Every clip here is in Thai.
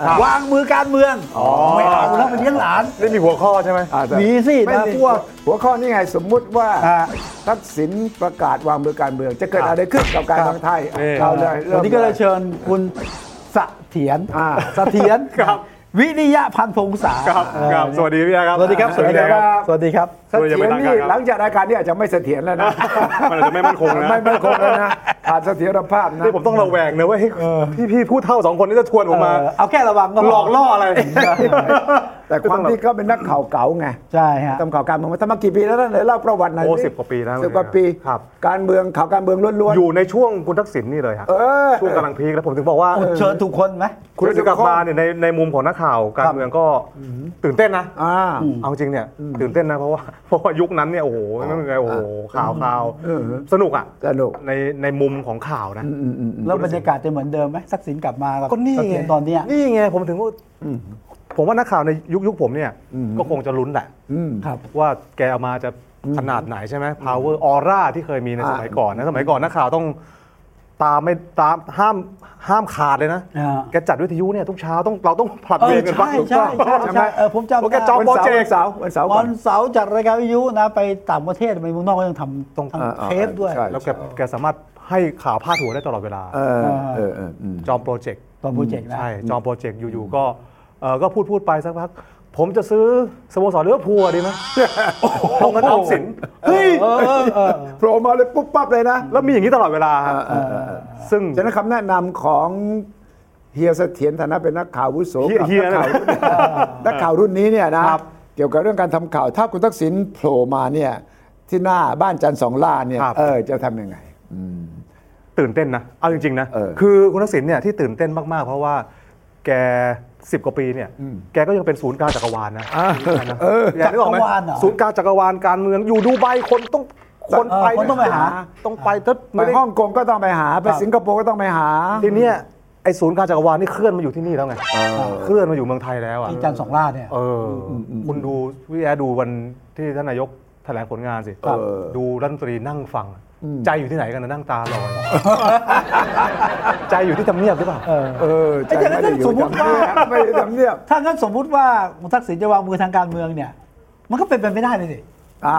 อ่ะ วางมือการเมืองไม่เอาแล้วไปเลี้ยงหลาน ได้มีหัวข้อใช่ไหม อ่าแต่ มีสิ ไม่ นะ มี พวก หัวข้อนี่ไงสมมุติว่า อ่ะ ทักษิณประกาศวางมือการเมือง จะเกิดอะไรขึ้นกับการเมืองไทย นี่ เราเลยริ่ วัน ม นี้ก็เลยเชิญคุณเสถียร อ่า เสถียร ครับ วินิยะพันธงษา ครับครับสวัสดีพี่แอ๊ครับ สวัสดีครับ สวัสดีครับ สวัสดีครับ เสถียร โดยจะไม่ตั้ง นี่ การครับ หลังจากรายการนี้อาจจะไม่เสถียรแล้วนะ มันอาจจะไม่มั่นคงนะ ไม่ไม่คงแล้วนะขาดเสถียรภาพนะ นี่ผมต้องระแวงนะว่าเฮ้ยพี่พี่พูดเท่าสองคนนี่จะทวนผมมา เออเอาแค่ระวังก็พ หลอกล่ออะไร แต่ความที่เขาเป็นนักข่าวเก่าไง ใช่ฮะ ทำข่าวการเมืองมาทำมากี่ปีแล้วนะไหนเล่าประวัติหน่อย โอ้ สิ 10กว่าปีแล้ว สิบกว่าปี ครับ การเมืองข่าวการเมืองล้วนๆ อยู่ในช่วงคุณทักษิณนี่เลยครับ เออ ช่วงกำลังพีคแล้วผมถึงบอกว่า เชิญทุกคนไหม คุณจะกลับมาเนี่ยในในมุมของนักข่าวการเมืองก็ตื่นเต้นนะ อ่า เอาจริงเนี่ยตื่นเต้นนะเพราะว่าเพราะว่ายุคนั้นเนี่ยโอ้โหไม่เป็นไงโอ้โหข่าวข่าวสนุกอ่ะ สนุก ในในมุมของข่าวนะ แล้วบรรยากาศจะเหมือนเดิมไหมทักษิณกลับมากับ ก็นี่ เส ไง ถียรตอนเนี้ย นี่ไงผมถึงว่าผมว่านักข่าวในยุคยุคผมเนี่ยก็คงจะลุ้นแหละ อืม ครับ ว่าแกเอามาจะขนาดไหนใช่ไหม power aura ที่เคยมีใน อ่า สมัยก่อนนะสมัยก่อนนักข่าวต้องตามไม่ตามห้ามห้ามขาดเลยนะ อ่า แกจัดวิทยุเนี่ยทุกเช้าต้องเราต้องผลัด เออเวรกันบ้า ใช่ งถูก ใช่ ต้อง ใช่ใช่เออผมจำ โอเค ได้ จอม วันเสาร์วันเสาร์วันเสาร์ก่อ วัน นเสาร์จัดรายการวิทยุนะ ไปต่างประเทศไปเมืองนอกก็ยังทำตรงทำ อ่าอ่า เทปด้วย ใช่ แล้วแกแกสามารถให้ข่าวพาดหัวได้ตลอดเวลา เออเออเอออืม จอมโปรเจกต์ จอมโปรเจกต์นะ ใช่จอมโปรเจกต์อยู่ๆก็เออก็พูดพูดไปสักพัก ผมจะซื้อสโมสรเลือดพัวดีไหมลงเงินออมสินเฮ้ย เออเออเออ โผล่มาเลยปุ๊บปั๊บเลยนะ แล้วมีอย่างนี้ตลอดเวลาฮะซึ่ง ฉะนั้นคำแนะนำของเฮียเสถียรฐานะเป็นนักข่าวอาวุโส เฮีย กับ เฮีย นักข่าว นะ รุ่นนักข่าวรุ่นนี้เนี่ยนะครับ เกี่ยวกับเรื่องการทำข่าว ถ้าคุณทักษิณโผล่มาเนี่ยที่หน้าบ้านจันทร์สองล่าเนี่ย ครับ เออจะทำยังไง ตื่นเต้นนะ เอาจริง ๆ นะ เออ คือคุณทักษิณเนี่ยที่ตื่นเต้นมาก ๆ เพราะว่าแกสิบกว่าปีเนี่ย แกก็ยังเป็นศูนย์กลางจักรวาลนะแกนึกออกไหม จักรวาลเหรอ ศูนย์กลางจักรวาลการเมืองอยู่ดูไบคนต้องคน เออ ไป คนต้องไปหา ต้องไปถ้า ไป ไม่ได้ ฮ่องกงก็ต้องไปหา ไปสิงคโปร์ก็ต้องไปหา ทีเนี้ยไอศูนย์กลางจักรวาลนี่เคลื่อนมาอยู่ที่นี่แล้วไงเคลื่อนมาอยู่เมืองไทยแล้วอ่ะ ที่จันทร์สองล่าเนี่ย เอออคุณดูพี่แอร์ดูวันที่ท่านนายกแถลงผลงานสิ ครับ ดูรัฐมนตรีนั่งฟัง ใจอยู่ที่ไหนกันนะนั่งตาลอย ใจอยู่ที่ทำเนียบหรือเปล่า เออ เออ ไอ้เดี๋ยวนั้นสมมุติว่า ไม่ได้ทำเนียบ ถ้างั้นสมมุติว่าคุณทักษิณจะวางมือทางการเมืองเนี่ย มันก็เป็นไปไม่ได้เลยสิ อ่า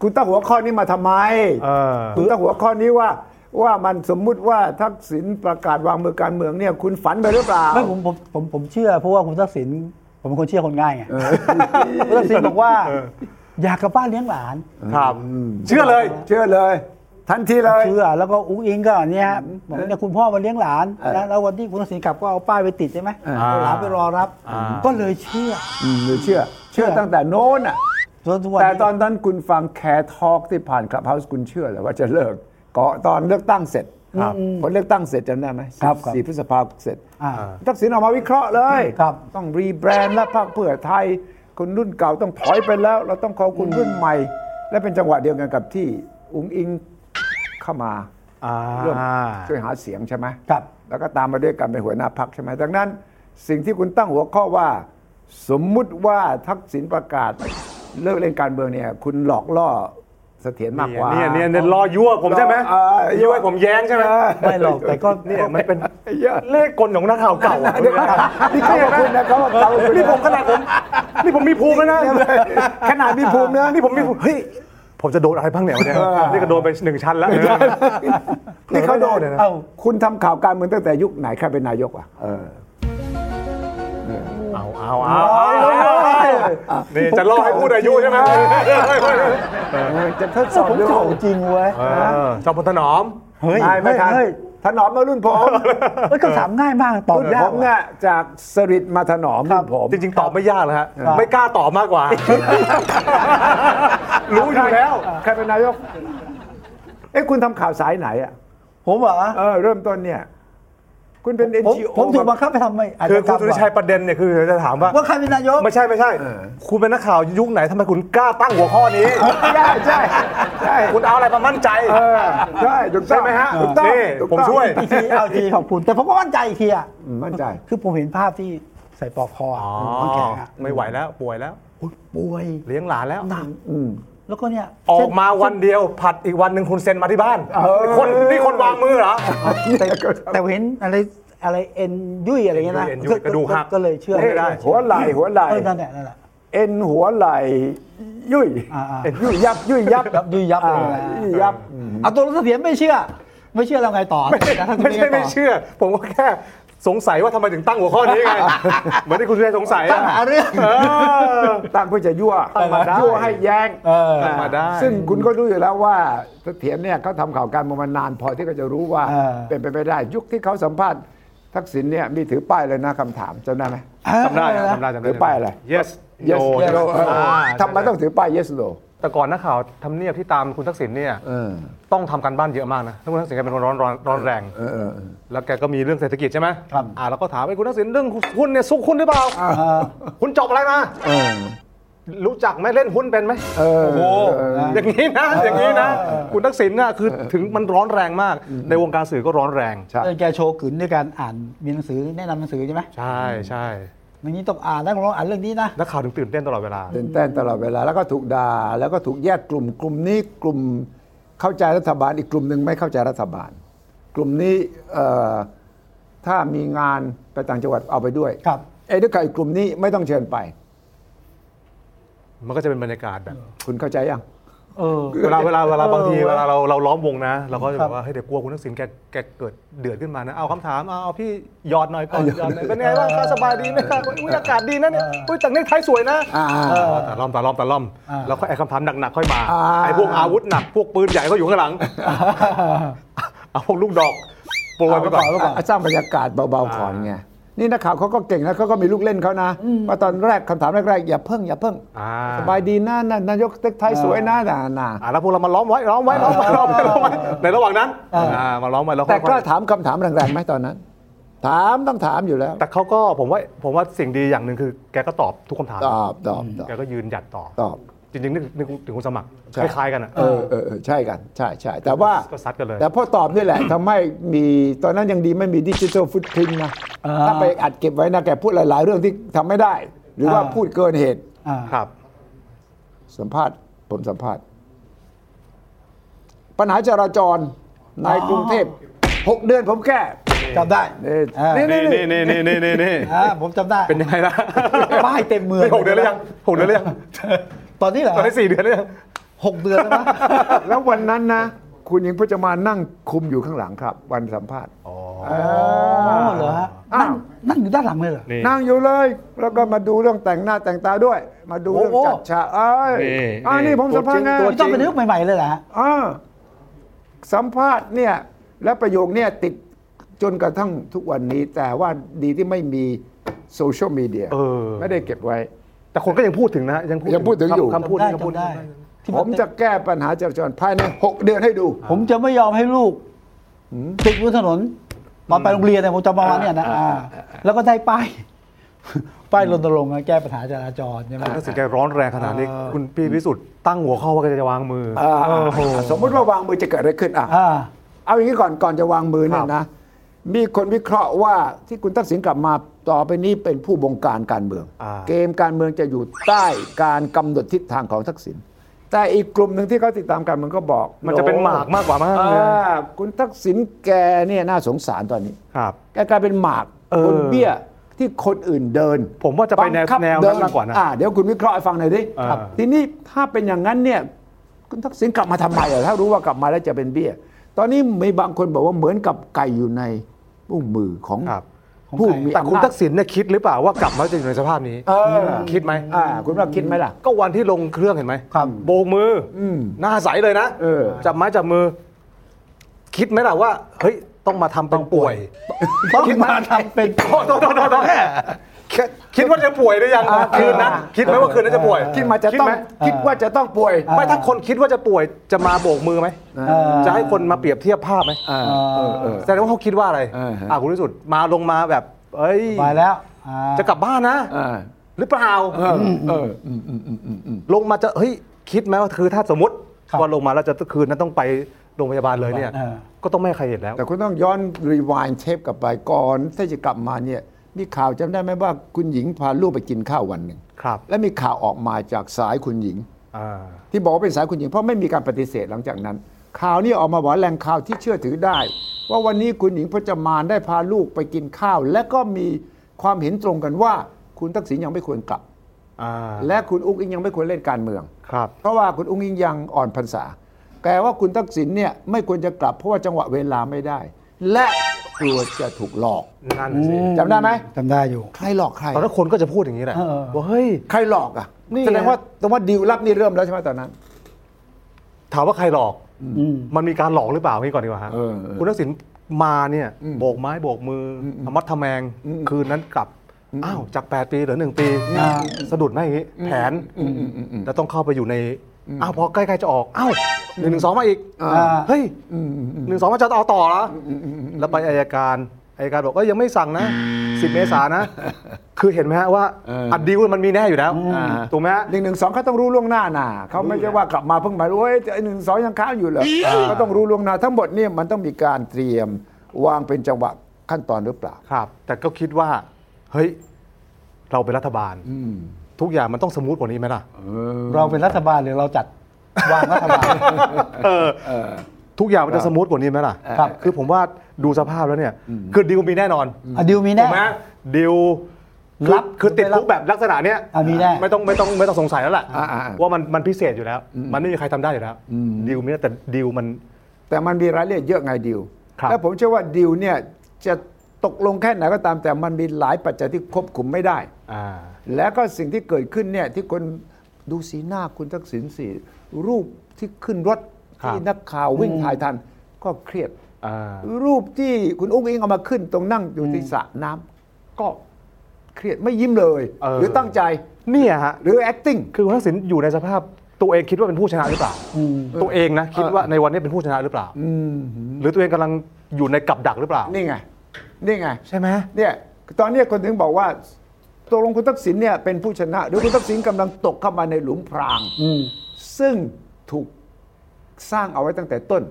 คุณตั้งหัวข้อนี้มาทำไม เออ คุณตั้งหัวข้อนี้ว่าว่ามันสมมุติว่าทักษิณประกาศวางมือการเมืองเนี่ยคุณฝันไปหรือเปล่า ไม่ผมผมผมผมเชื่อเพราะว่าคุณทักษิณผมเป็นคนเชื่อคนง่ายไง คุณทักษิณบอกว่า อยากกลับบ้านเลี้ยงหลาน ครับ เชื่อเลย เชื่อเลย ทันทีเลย เชื่อแล้วก็อุ้งอิงก็เนี่ยบอกเนี่ยคุณพ่อมาเลี้ยงหลาน เออ นะแล้ววันที่คุณทักษิณกลับก็เอาป้ายไปติดใช่ไหม อ่า เอาหลานไปรอรับ อ่า ก็เลยเชื่อ อืมหรือเชื่อ เชื่อ เชื่อ ตั้งแต่โน้นอ่ะ จนทุกวัน แต่ตอน นี้ นั้นคุณฟังแคร์ทอล์กที่ผ่านคลับเฮาส์คุณเชื่อเลยว่าจะเลิกก็ตอนเลือกตั้งเสร็จ ครับ ผลเลือกตั้งเสร็จจำได้ไหม ครับ สี่พฤษภาคมเสร็จ อ่า ทักษิณออกมาวิเคราะห์เลย ครับ ต้องรีแบรนด์และพรรคเพื่อไทย คนรุ่นเก่าต้องถอยไปแล้ว เราต้องขอคุณรุ่นใหม่ และเป็นจังหวะเดียวกันกับที่อุ้งอิงเข้ามา อ่า เรื่องช่วยหาเสียงใช่ไหม ครับ แล้วก็ตามมาด้วยกันเป็นหัวหน้าพักใช่ไหมดังนั้นสิ่งที่คุณตั้งหัวข้อว่า สมมุติว่าทักษิณประกาศเลิกเล่นการเมืองเนี่ยคุณหลอกล่อเสถียรมากกว่า เนี่ยเนี่ยเนี่ยรอยั่วผมใช่ไหม เออ ยั่วให้ผมแย้งใช่ไหม ไม่หรอกแต่ก็ เนี่ยมันเป็น ไอ้เหี้ย เลขกลของนักข่าวเก่าอะ นี่เขาบอกคุณนะเขาบอกเขา นี่ผมขนาดผมนี่ผมมีภูมิแล้วนะ ขนาดมีภูมินะ นี่ผมมีภูมิเฮ้ยผมจะโดนอะไรบ้างเนี่ยวันเนี้ย เออ นี่ก็โดนไปหนึ่งชั้นแล้ว นี่เขาโดน เอ้า คุณทำข่าวการเมืองตั้งแต่ยุคไหนใครเป็นนายกอ่ะเออ เอาเอาเอานี่จะล่อให้พูดอายุใช่ไหม จะทดสอบ ผม ดู โจจริงเว้ย ชอบพลถนอม เฮ้ย ได้ไม่ทัน เฮ้ย ถนอมมารุ่นผม เฮ้ยคำถามง่ายมากตอบ รุ่น ยา ผ ก มเนี่ยจากสริตมาถนอมรุ่นผม จริง ๆ ตอบไม่ยากเลยฮะ ไม่กล้าตอบมากกว่า รู้อยู่แล้ว ใครเป็นนายก เอ้คุณทำข่าวสายไหนอ่ะ ผมเหรอ เออเริ่มต้นเนี่ย คุณเป็น ผม NGO ผมถูกบังคับไปทำไม่อาจ คือ จะ คุณสุริชัยประเด็นเนี่ยคือจะถามว่า ว่าใครเป็นนายก ไม่ใช่ไม่ใช่ คุณเป็นนักข่าวยุคไหนทำไมคุณกล้าตั้งหัวข้อนี้ ใช่ใช่ใช่ คุณเอาอะไรมามั่นใจ เออใช่ถูกต้อง ใช่ไหมฮะ ถูกต้อง นี่ ถูก ผม ต้อง ช่วย อีกทีเอาอีกทีขอบคุณ แต่ผมก็มั่นใจอีกทีอ่ะ อืมมั่นใจ คือผมเห็นภาพที่ใส่ปลอกคออะ อ๋อ น้ำแข็งอ่ะ ไม่ไหวแล้วป่วยแล้ว ป่วย เลี้ยงหลานแล้ว หนัก อืม แล้วก็เนี่ย ออกมาวันเดียวผัดอีกวันหนึ่งคุณเซ็นมาที่บ้าน เออ คนนี่คนวางมือเหรอ แต่แต่ผมเห็นอะไรอะไรเอ็นยุ่ยอะไรเงี้ยนะ เอ็นยุ่ยกระดูกหัก ก็เลยเชื่อ เอ๊ะหัวไหล่หัวไหล่ เออนั่นแหละนั่นแหละ เอ็นหัวไหล่ยุ่ย อ่าๆ เอ็นยุ่ยยับยุ่ยยับ ยับยุ่ยยับ อ่า เลยนะ ยุ่ยยับ เอาตัวรถเสถียรไม่เชื่อ ไม่เชื่อแล้วไงต่อแล้วถ้าคุณ ไม่ใช่ ด้ ไม่ ต่ เชื่อ ผมก็แค่สงสัยว่าทำไมถึงตั้งหัวข้อนี้ไง เหมือนที่คุณสุริชัยสงสัย ตั้งหา อะ เรื่อง ตั้งเพื่อจะยั่ว ตั้งมาได้ ยั่วให้แย้ง เออ ตั้งมาได้ ซึ่งคุณก็รู้อยู่แล้วว่าเสถียรเนี่ยเขาทำข่าวการเมืองมานานพอที่เขาจะรู้ว่า เออ เป็นไปไม่ได้ ยุคที่เขาสัมภาษณ์ทักษิณเนี่ยมีถือป้ายเลยนะคำถามจำได้ไหม จำได้นะจำได้จำ หรื ได้ อป้ายอะไร yes yes no yes no เออ อ่า ทำไมต้องถือป้าย yes no แต่ก่อนนักข่าวทำเนียบที่ตามคุณทักษิณเนี่ย เออ ต้องทำการบ้านเยอะมากนะแล้วคุณทักษิณแกเป็นคนร้อนร้อนร้อนแรง เออเออเออ แล้วแกก็มีเรื่องเศรษฐกิจใช่ไหม ครับ อ่าแล้วก็ถามไอ้คุณทักษิณเรื่องหุ้นเนี่ยซุกหุ้นหรือเปล่า คุณจบอะไรมา เออ รู้จักไหมเล่นหุ้นเป็นไหม เออ โอ้โห เออ อย่างนี้นะ อย่างนี้นะ คุณทักษิณน่ะคือถึงมันร้อนแรงมาก ในวงการสื่อก็ร้อนแรง ใช่ เออแกโชว์ขืนด้วยการอ่านมีหนังสือแนะนำหนังสือใช่ไหม ใช่ใช่ วันนี้ต้องอ่านแล้วก็ลองอ่านเรื่องนี้นะ นักข่าวถึงตื่นเต้นตลอดเวลา ตื่นเต้นตลอดเวลาแล้วก็ถูกด่าแล้วก็ถูกแยกกลุ่มกลุ่มนี้กลุ่มเข้าใจรัฐบาลอีกกลุ่มหนึ่งไม่เข้าใจรัฐบาล กลุ่มนี้เอ่อถ้ามีงานไปต่างจังหวัดเอาไปด้วย ครับ ไอ้ด้วยกับอีกกลุ่มนี้ไม่ต้องเชิญไป มันก็จะเป็นบรรยากาศแบบ คุณเข้าใจยัง เออ เวลาเวลาเวลาบางที เออ เวลาเราเราล้อมวงนะ เราก็จะ ค แบ รับบ ว่าเฮ้ยเดี๋ยวกลัวคุณทักษิณแกแกเกิดเดือดขึ้นมานะ เอาคำถามเอาเอาพี่หยอดหน่อยก่อนหยอดหน่อยเป็นไงบ้างคะสบายดีไหมคะอุ๊ยอากาศดีนะเนี่ยอุ้ยแต่งเนคไทยสวยนะ อ่า เออแต่ล้อมแต่ล้อมแต่ล้อม อ่า แล้วก็ไอ้คำถามหนักๆค่อยมา อ่า ไอ้พวกอาวุธหนักพวกปืนใหญ่ก็อยู่ข้างหลัง เอาพวกลูกดอกโปรยไปก่อน เาไว้ก่อน อ่ะสร้างบรรยากาศเบาๆก่อนไงนี่นักข่าวเขาก็เก่งนะเขาก็มีลูกเล่นเขานะว่าตอนแรกคำถามแรกๆอย่าเพิ่งอย่าเพิ่ง อ่า สบายดีนะนะนายกเต็กไทยสวยนะนะนะ อ่าแล้วพวกเรามาล้อมไว้ล้อมไว้ล้อมไว้ล้อมไว้ล้อมไว้ในระหว่างนั้นอ่ามาล้อมไว้แล้วค่ แต่ อย กล้า ๆ ถามคำถามแรงๆไหมตอนนั้น ถามต้องถามอยู่แล้ว แต่เขาก็ผมว่าผมว่าสิ่งดีอย่างหนึ่งคือแกก็ตอบทุกคำถาม ตอบตอบตอบ แกก็ยืนหยัดตอบ ตอบ จริงๆนึกนึกถึงคนสมัคร ใช่ คล้ายๆกันอ่ะ เออเออเออใช่กันใช่ใช่แต่ว่า ก็ซัดกันเลย แต่พอตอบนี่แหละทำให้มีตอนนั้นยังดีไม่มีดิจิทัลฟุตพิ้นนะ อ่า ถ้าไปอัดเก็บไว้นะแกพูดหลาย ๆ เรื่องที่ทำไม่ได้ หรือว่าพูดเกินเหตุ อ่า ครับ สัมภาษณ์ผลสัมภาษณ์ ปัญหาจราจรในกรุงเทพหกเดือนผมแก้ จำได้ เออ อ่า นี่นี่ นี่ นี่ นี่นี่นี่นี่นี่นี่ อ่าผมจำได้ เป็นยังไงล่ะ ป้ายเต็มเมือง นี่หกเดือนแล้วยังหกเดือนแล้วยัง ตอนนี้เหรอ ตอนนี้สี่เดือนแล้วยัง หกเดือนแล้วนะ แล้ววันนั้นนะ คุณหญิงพจมานนั่งคุมอยู่ข้างหลังครับ วันสัมภาษณ์ อ๋อเหรอฮะนั่งนั่งอยู่ด้านหลังเลยเหรอ นี่ นั่งอยู่เลย แล้วก็มาดูเรื่องแต่งหน้าแต่งตาด้วย มาดูเรื่อง โอ้โห จัดฉากเอ้ย นี่ อ่า นี่ นี่ผมสัมภาษณ์ไง ตัวจริ ไม่ต้องเป็นเรื่องใหม่ๆเลยนะฮะ อ่าสัมภาษณ์เนี่ย และประโยคเนี่ยติดจนกระทั่งทุกวันนี้ แต่ว่าดีที่ไม่มีโซเชียลมีเดีย เออ ไม่ได้เก็บไว้ แต่คนก็ยังพูดถึงนะฮะยังพูด ยังพูดถึงอยู่ คำคำพูด ได้ ยังพูด จำได้ ที่ ผมจะแก้ปัญหาจราจรภายใน 6 เดือนให้ดู ผมจะไม่ยอมให้ลูกติดบนถนนตอนไปโรงเรียนเนี่ยผมจำมาวันเนี่ยนะอ่าแล้วก็ได้ป้าย ป้ายรณรงค์นะแก้ปัญหาจราจรใช่ไหม คุณทักษิณแกร้อนแรงขนาดนี้คุณพี่พิสุทธิ์ตั้งหัวข้อว่าแกจะวางมืออ สมมุติว่าวางมือจะเกิดอะไรขึ้นอ่ะ อ่า เอาอย่างนี้ก่อนก่อนจะวางมือเนี่ยนะ มีคนวิเคราะห์ว่าที่คุณทักษิณกลับมาต่อไปนี้เป็นผู้บงการการเมือง อ่า เกมการเมืองจะอยู่ใต้การกำหนดทิศทางของทักษิณแต่อีกกลุ่มหนึ่งที่เขาติดตามการเมืองก็บอก มันจะเป็นหมากมากกว่ามาก อ่ เลย าคุณทักษิณแกเนี่ยน่าสงสารตอนนี้ ครับ แกกลายเป็นหมาก เออบ นเบี้ยที่คนอื่นเดิน ผมว่าจะไปแนว บังคับ แนวนั้น เดิ มากกว่านะ อ่เดี๋ยวคุณวิเคราะห์ให้ฟังหน่อยดิ อ่า ครับทีนี้ถ้าเป็นอย่างนั้นเนี่ยคุณทักษิณกลับมาทำไมอ่ะถ้ารู้ว่ากลับมาแล้วจะเป็นเบี้ย ตอนนี้มีบางคนบอกว่าเหมือนกับไก่อยู่ในอุ้งมือของ ครับ ผู้มี แต่คุณ อำนาจ ทักษิณเนี่ยคิดหรือเปล่าว่ากลับมาจะอยู่ในสภาพนี้ เออ คิดไหม อ่าคุณว่าคิดไหมล่ะ ก็วันที่ลงเครื่องเห็นไหม ครับ โบกมืออ ม หน้าใสเลยนะ เออ จับไม้จับมือ คิดไหมล่ะว่า เฮ้ย ต้องมาทำเป็นป่วย ต้องมาทำเป็น โทษโทษโทษโทษ คิดว่าจะป่วยหรือยัง อ่า คืนนั้นคิดไหมว่าคืนนั้นจะป่วย คิดมาจะต้อง ไห คิดว่าจะต้องป่วย ไม่ถ้าคนคิดว่าจะป่วยจะมาโบกมือไหม เออ จะให้คนมาเปรียบเทียบภาพไหม อ่าเออเออ แสดงว่าเขาคิดว่าอะไร อ่าฮะ อ่าคุณที่สุดมาลงมาแบบ เอ้ย ไปแล้วอ่า จะกลับบ้านนะ อ่า หรือเปล่า เออเอออืมอืมอืมอืมอืม ลงมาจะเฮ้ยคิดไหมว่าคือถ้าสมมติว่าลงมาแล้วจะคืนนั้นต้องไปโรงพยาบาลเลยเนี่ย เออ ก็ต้องไม่ให้ใครเห็นแล้ว แต่คุณต้องย้อนรีวายเทปกลับไปก่อนที่จะกลับมาเนี่ยมีข่าวจำได้ไหมว่าคุณหญิงพาลูกไปกินข้าววันหนึ่ง ครับ และมีข่าวออกมาจากสายคุณหญิง อ่า ที่บอกว่าเป็นสายคุณหญิงเพราะไม่มีการปฏิเสธหลังจากนั้น ข่าวนี้ออกมาบอกว่าแหล่งข่าวที่เชื่อถือได้ ว่าวันนี้คุณหญิงพจมานได้พาลูกไปกินข้าว และก็มีความเห็นตรงกันว่า คุณทักษิณยังไม่ควรกลับ อ่า และคุณอุ๊งอิงยังไม่ควรเล่นการเมือง ครับ เพราะว่าคุณอุ้งอิงยังอ่อนพรรษาแต่ว่าคุณทักษิณเนี่ยไม่ควรจะกลับเพราะว่าจังหวะเวลาไม่ได้ และกลัวจะถูกหลอก นั่นน่ะสิ จำได้ไหม จำได้อยู่ ใครหลอกใคร ตอนนั้นคนก็จะพูดอย่างนี้แหละ เออ ว่าเฮ้ย ใครหลอกอ่ะ นี่ไง แสดงว่าแสดงว่าดีลลับนี่เริ่มแล้วใช่ไหมตอนนั้น ถามว่าใครหลอก อืม มันมีการหลอกหรือเปล่านี่ก่อนดีกว่าฮะ เออเออ คุณทักษิณมาเนี่ยโบกไม้โบกมือออมัดทะแมง คืนนั้นกลับ อ้าวจาก 8 ปีเหลือ 1 ปี อ่า สะดุดไหมอย่างนี้ แผนแล้วต้องเข้าไปอยู่ใน อ้าวพอใกล้ๆจะออก อ้าวหนึ่งหนึ่งสองมาอีก อ่า เฮ้ยหนึ่งสองมันจะเอาต่อแล้วแล้วไปอายการอายการบอกเอ้ยยังไม่สั่งนะสิบเมษายน นะ คือเห็นไหมฮะว่า เอออั อัดดีลมันมีแน่อยู่แล้วถูกไหมฮะ หนึ่งหนึ่งสองเขาต้องรู้ล่วงหน้านะเขาไม่ใช่ว่ากลับมาเพิ่งมารู้ว่าไอ้หนึ่งสองยังค้างอยู่เหรอก็ต้องรู้ล่วงหน้า ทั้งหมดเนี่ยมันต้องมีการเตรียมวางเป็นจังหวะขั้นตอนหรือเปล่า ครับแต่ก็คิดว่า เฮ้ย เราเป็นรัฐบาล ทุกอย่างมันต้องสมูทกว่านี้ไหมล่ะ เราเป็นรัฐบาลหรือเราจัดวางรัฐบาล เออ ทุกอย่างมันจะสมูทกว่านี้ไหมล่ะ ครับ คือผมว่าดูสภาพแล้วเนี่ย คือดิวมีแน่นอน อะดิวมี ถู แน่ กไหมดิวคือ รับ คือติดคุก ไม่รับ แบบลักษณะเนี้ย อ่ะมีแน่ ไม่ต้องไม่ต้องไม่ต้องสงสัยแล้วล่ะ อ่าอ่าอ่า ว่ามันมันพิเศษอยู่แล้ว มันไม่มีใครทำได้อยู่แล้วดิวมีแน่แต่ดิวมัน แต่มันมีรายละเอียดเยอะไงดิว ครับ และผมเชื่อว่าดิวเนี่ยจะตกลงแค่ไหนก็ตามแต่มันมีหลายปัจจัยที่ควบคุมไม่ได้ อ่า แล้วก็สิ่งที่เกิดขึ้นเนี่ยที่คนดูสีหน้าคุณทักษิณสีรูปที่ขึ้นรถ ครับ ที่นักข่าววิ่งถ่ายทันก็เครียด อ่า รูปที่คุณอุ้งอิงเอามาขึ้นตรงนั่งอยู่ที่สระน้ำก็เครียดไม่ยิ้มเลย เออ หรือตั้งใจ เนี่ยฮะ หรือ acting คือคุณทักษิณอยู่ในสภาพตัวเองคิดว่าเป็นผู้ชนะหรือเปล่า ตัวเองนะคิดว่าในวันนี้เป็นผู้ชนะหรือเปล่าหรือตัวเองกำลังอยู่ในกับดักหรือเปล่า นี่ไง นี่ไง ใช่ไหม เนี่ยตอนเนี้ยคนถึงบอกว่าตกลงคุณทักษิณเนี่ยเป็นผู้ชนะ หรือคุณทักษิณกำลังตกเข้ามาในหลุมพราง อืม ซึ่งถูกสร้างเอาไว้ตั้งแต่ต้น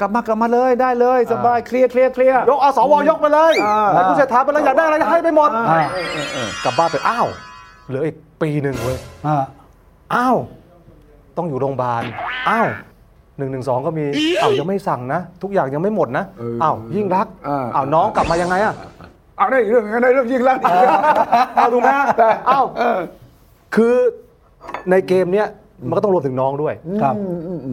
กลับมากลับมาเลยได้เลย สบายเคลียร์เคลียร์เคลียร์ ยกเอาสวยกไปเลย อ่า ให้คุณเศรษฐาไปเลยอยากได้อะไรให้ไปหมด อ่า กลับบ้านไปอ้าวเหลืออีกปีหนึ่งเว้ย อ่า อ้าวต้องอยู่โรงพยาบาลอ้าวหนึ่งหนึ่งสองก็มีอ้าวยังไม่สั่งนะ ทุกอย่างยังไม่หมดนะอ้าวยิ่งรักษณ์ เออ อ้าวน้องกลับมายังไงอะ เอาได้อีกเรื่องนั้นได้เรื่องยิ่งแล้ว อ้าวดูไหมฮะ แต่ อ้าวคือในเกมเนี้ยมันก็ต้องรวมถึงน้องด้วย ครับ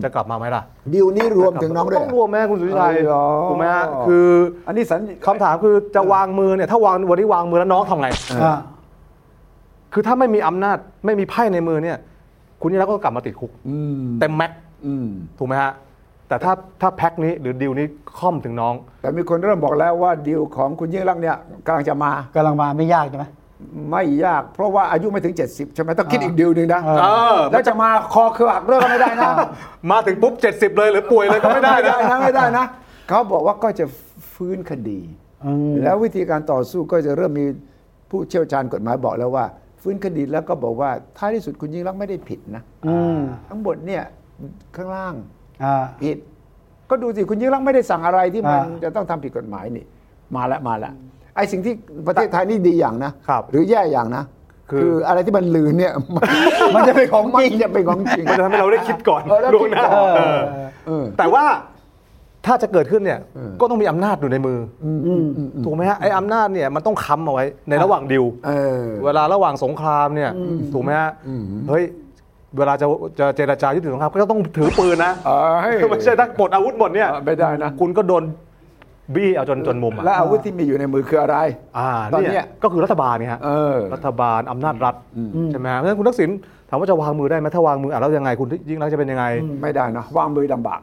จะกลับมาไหมล่ะ ดิวนี้รวมถึงน้องด้วย ต้องรวมแม่คุณสุทธิชัย เอาเหรอ ถูกไหมฮะคือ อันนี้สัญ คำถามคือจะวางมือเนี่ยถ้าวางวันนี้วางมือแล้วน้องทำไง อ่า คือถ้าไม่มีอำนาจไม่มีไพ่ในมือเนี่ย คุณยิ่งรักษณ์ก็กลับมาติดคุก อืม เต็มแม็กซ์ อืม ถูกไหมฮะแต่ถ้าถ้าแพ็คนี้หรือดีลนี้ค่อมถึงน้อง แต่มีคนเริ่มบอกแล้วว่าดีลของคุณยิ่งรักษณ์เนี่ยกำลังจะมาก ำลังมาไม่ยากใช่ไหม ไม่ยาก เพราะว่าอายุไม่ถึง 70 ใช่ไหมต้องคิด อ่า อีกดีลหนึ่งนะ เออ แล้วจะมาคอเครือหักเรื่องก็ไม่ได้นะ มาถึงปุ๊บ 70 เลยหรือป่วยเลยก็ไม่ได้นะ นะไม่ได้นะเขาบอกว่าก็จะฟื้นคดี อืม แล้ววิธีการต่อสู้ก็จะเริ่มมีผู้เชี่ยวชาญกฎหมายบอกแล้วว่า ฟื้นคดีแล้วก็บอกว่าท้ายที่สุดคุณยิ่งรักษณ์ไม่ได้ผิดนะ อืม ทั้งหมดเนี่ยข้างล่าง อ่า ผิดก็ดูสิคุณยิ่งรักษณ์ไม่ได้สั่งอะไรที่มัน อ่า จะต้องทำผิดกฎหมายนี่ มาละมาละไอ้สิ่งที่ประเทศไทยนี่ดีอย่างนะครับ หรือแย่อย่างนะ คือ อะไรที่มันลือเนี่ย มันจะเป็นของจริงจะเป็นของจริง มันจะทำให้เราได้คิดก่อน เออได้ ล่ว คิ ง ด หน้า ก่อน เออ เออ แต่ว่าถ้าจะเกิดขึ้นเนี่ยก็ต้องมีอำนาจอยู่ในมืออถูกไหมฮะไอ้อำนาจเนี่ยมันต้องค้ำเอาไว้ในระหว่างดิว เออ เวลาระหว่างสงครามเนี่ยถูกไหมฮะเฮ้ยเวลาจะจะเจรจายุติสงครามก็ต้องถือปืนนะ เอ้ย คือไม่ใช่ทั้งปลดอาวุธหมดเนี่ย เออไม่ได้นะ คุณก็โดนบี้เอาจนจนมุมอ่ะ และอาวุธที่มีอยู่ในมือคืออะไร อ่า ตอน เนี่ เนี้ ย ย ก็คือรัฐบาลเนี่ยฮะ เออ รัฐบาลอำนาจรัฐใช่ไหมฮะเพราะฉะนั้นคุณทักษิณถามว่าจะวางมือได้ไหมถ้าวางมืออ่ะแล้วยังไงคุณยิ่งรักษณ์จะเป็นยังไง ไม่ได้นะวางมือลำบาก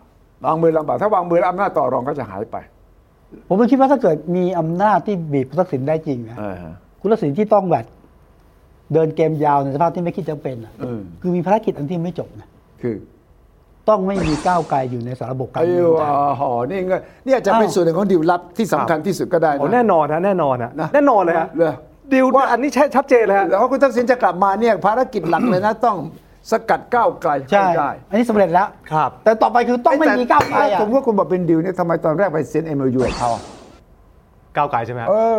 วางมือลำบากถ้าวางมือแล้วอำนาจต่อรองก็จะหายไป ผมก็คิดว่าถ้าเกิดมีอำนาจที่บีบคุณทักษิณได้จริงนะ เออ คุณทักษิณที่ต้องแบบ เดินเกมยาวในสภาพที่ไม่คิดจะเป็นอะ อืม คือมีภารกิจอันที่ไม่จบนะ คือ ต้องไม่มีก้าวไกลอยู่ในสารระบบการ ไอ้ เมืองไทย หอนี่เงนเนี่ยจะเป็น อ้าว ส่วนหนึ่งของดิวลลับที่สำคัญที่สุดก็ได้ โอ้ นะ แน่นอนฮะแน่นอนฮะ นะ แน่นอนเลยฮะ เหรอ ดิวอันนี้ชัดเจนเลยฮะ แล้วก็คุณทักษิณจะกลับมาเนี่ยภารกิจหลักเลยนะ ต้องสกัดก้าวไกล ใช่ ห้ได้ อันนี้สำเร็จแล้ว ครับ แต่ต่อไปคือต้องไม่ แต่ มีก้าวไกลอะ ถ้สมมติว่าคุณบอกเป็นดิวเนี่ยทำไมตอนแรกไปเซ็นเอ็มยูกับเขา ก้าวไกลใช่ไหมครับ เออ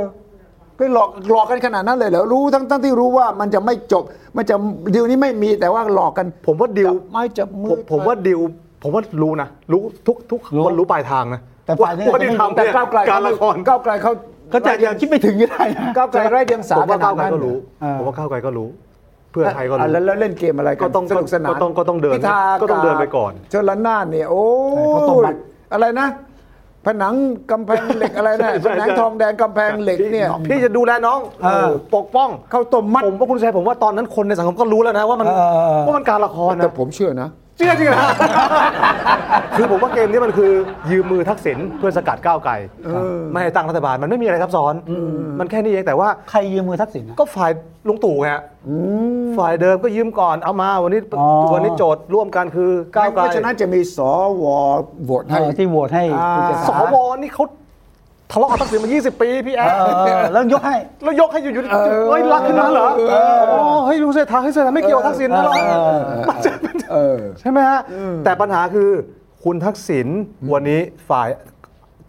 ก็หลอกหลอกกันขนาดนั้นเลยเหรอรู้ทั้งทั้งที่รู้ว่ามันจะไม่จบ มันจะดิวนี้ไม่มีแต่ว่าหลอกกัน ผมว่าดิว จับไม้จับมื ผม อ ผมว่าดิวผมว่ารู้นะ รู้ทุกทุก รู้ คนรู้ปลายทางนะ แต่ฝ่ายหนึ่ง ว่าดิวทำ แต่ เนี่ย ก้าวไกล การละคร ก้าวไกลเขา เขาจะยังคิดไม่ถึงก็ได้นะ ก้าวไกลไร้เดียงสา ผมว่าก้าวไกล ขนดนั้น ก็รู้ เออ ผมว่าก้าวไกลก็รู้ เพื่อไทยก็ อ่ะ รู้ แล้วแล้วเล่นเกมอะไรน ก็ต้อง สนุกสนาน ก็ต้องก็ต้องเดิน พิธา ก็ต้องเดินไปก่อน เชลนานเนี่ยโอ้ ใช่เขาต้อง ย บัตร อะไรนะ ผนังกำแพงเหล็กอะไรนะผ ใช่ใช่ นังทองแดงกำแพงเหล็กเนี่ย พี่พี่จะดูแลน้อง เออ ปกป้อง เขาต้มมัด ผมว่าคุณชัยผมว่าตอนนั้นคนในสังคมก็รู้แล้วนะว่ามัน เออเออเออ ว่ามันการละคร แต่ นะ ผมเชื่อนะ เชื่อจริงนะ คือผมว่าเกมนี้มันคือ ยืมมือทักษิณเพื่อสกัดก้าวไกลไม่ให้ตั้งรัฐบาลมันไม่มีอะไรซับซ้อน มันแค่นี้เองแต่ว่า ใครยืมมือทักษิณนะ ก็ฝ่ายลุงตู่ไงฮะฝ่ายเดิมก็ยืมก่อนเอามาวันนี้ อ๋อ วันนี้โจทย์ร่วมกันคือก้าวไกล เพราะฉะนั้นจะมีสวโหวต เอ ให้ อที่โหวตให้ อ่า คุณเศรษ ส ฐาว นี่เขาทะเลาะกับทักษิณมา 20 ปีพี่แอ๊ เอ ด อเออแล้วยกให้ แล้วยกให้อยู่อยู่เฮ้ยรักขึ้นมาเหรอ เออ โอ้เฮ้ยลุงเศรษฐาเฮ้ยเศรษฐาไม่เกี่ยวกับทักษิณนะหรอ เออ มันจะเป็น เออ ใช่ไหมฮะ แต่ปัญหาคือคุณทักษิณวันนี้ฝ่าย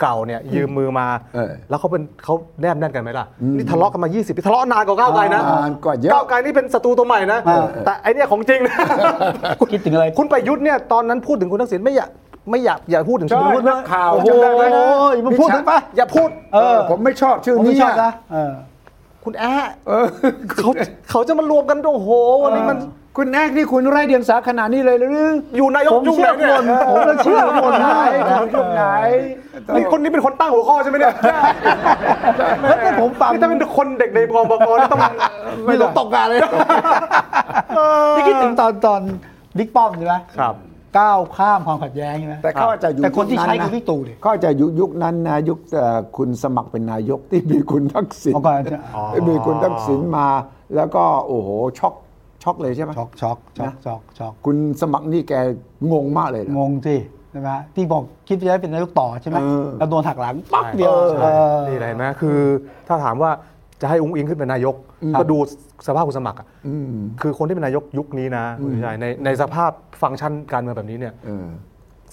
เก่าเนี่ยยืมมือมา เออ แล้วเขาเป็นเขาแนบแน่นกันไหมล่ะนี่ทะเลาะกันมา 20ปีทะเลาะนานกว่าก้าวไกลนะ นานกว่าเยอะ ก้าวไกลนี่เป็นศัตรูตัวใหม่นะ เออ แต่ไอเนี่ยของจริงนะ คิดถึงอะไร คุณประยุทธ์เนี่ยตอนนั้นพูดถึงคุณทักษิณไม่อยากไม่อยากอย่าพูดถึง ใช่ คุณประยุทธ์ นักข่าว โอ้โห จำได้ไหม มึงพูดถึงปะอย่าพูด เออ ผมไม่ชอบชื่อ ผมไม่ นี้ ชอบนะเออ คุณแอ๊ะ เออ เขาเขาจะมารวมกันโอ้โหวันนี้มัน คุณแอกนี่คุณไร้เดียงสาขนาดนี้เลยหรือ อยู่นายก ผม ยุค เชื่ ไหน อ เนี่ย คนผมเชื่อคน ไหน ได้นะ ยุคไหน นี่คนนี้เป็นคนตั้งหัวข้อใช่ไหมเนี่ย แล้วถ้าผมฟัง นี่ถ้าเป็นคนเด็กในกองบกนี่ต้อง ไม่หลงตกงานเลย นี่คิดถึงตอนตอนบิ๊กป้อมใช่ไหม ครับ ก้าวข้ามความขัดแย้งใช่ไหม แต่เขาอาจจะอยู่ แต่คนที่ใช้ ยุ คือพี่ตู่ดิ เขาอาจจะอยู่ยุคนั้นนะยุคเอ่อคุณสมัครเป็นนายกที่มีคุณทักษิณ เมื่อก่อนอาจจะ อ๋อ มีคุณทักษิณมา แล้วก็โอ้โหช็อกช็อกเลยใช่ไหม ช็อกช็อกช็อกช็อกช็อก คุณสมัครนี่แกงงมากเลยนะ งงสิใช่ไหมที่บอกคิดจะได้เป็นนายกต่อใช่ไหม เออ แล้วโดนหักหลังปั๊กเดียว ใช่ เออ นี่อะไรไหมคือถ้าถามว่าจะให้อุ้งอิงขึ้นเป็นนายก ก็ดูสภาพคุณสมัครอะคือคนที่เป็นนายกยุคนี้นะคุณชัยในในสภาพฟังก์ชันการเมืองแบบนี้เนี่ย เออ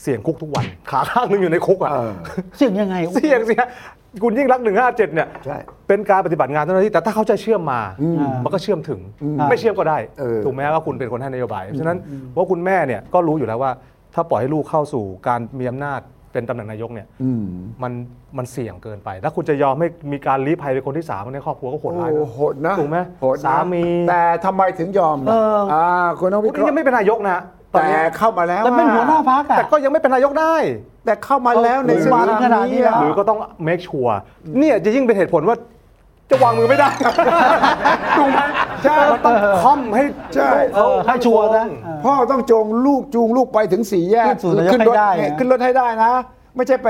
เสี่ยงคุกทุกวัน ขาข้างหนึงอยู่ในคุกอ่ะ เออ เสี่ยงยังไง เสี่ยงเสียคุณยิ่งรักหนึ่งห้าเจ็ดเนี่ย ใช่ เป็นการปฏิบัติงานเจ้าหน้าที่แต่ถ้าเขาจะเชื่อมมา มันก็เชื่อมถึงไม่เชื่อมก็ได้ เออ ถูกไหมว่าคุณเป็นคนให้นโยบายฉะนั้นว่าคุณแม่เนี่ยก็รู้อยู่แล้วว่า ถ้าปล่อยให้ลูกเข้าสู่การมีอำนาจเป็นตำแหน่งนายกเนี่ย อืม มันมันเสี่ยงเกินไป ถ้าคุณจะยอมให้มีการลี้ภัยเป็นคนที่สามในครอบครัวก็โหด โอ้ ร้าย โห นะ โหดนะ ถูกไหม โหดนะ สามี แต่ทำไมถึงยอมล่ะ เอออ่ ่าคุณต้อง คุ วิ ณ เคราะ ยัง ห์ ไม่เป็นนายกนะตอน แต่ นี้ เข้ามาแล้ว แต่เป็นหัวหน้าพักอ่ะ แต่ก็ยังไม่เป็นนายกได้ แต่เข้ามาแล้วใน มาถึงขนาดนี้แล้ว อะ หรือก็ต้อง make sure เนี่ยจะยิ่งเป็นเหตุผลว่าจะวางมือไม่ได้ ถูกไหม ใช่ มันต้องค่อมให้ ใช่ เออให้ชัวร์นะ พ่อต้องจงลูกจูงลูกไปถึงสี่แย ขึ้ ก นสู่นายก รถ ให้ได้ เนี่ย นะ ขึ้นรถให้ได้นะ ไม่ใช่ไป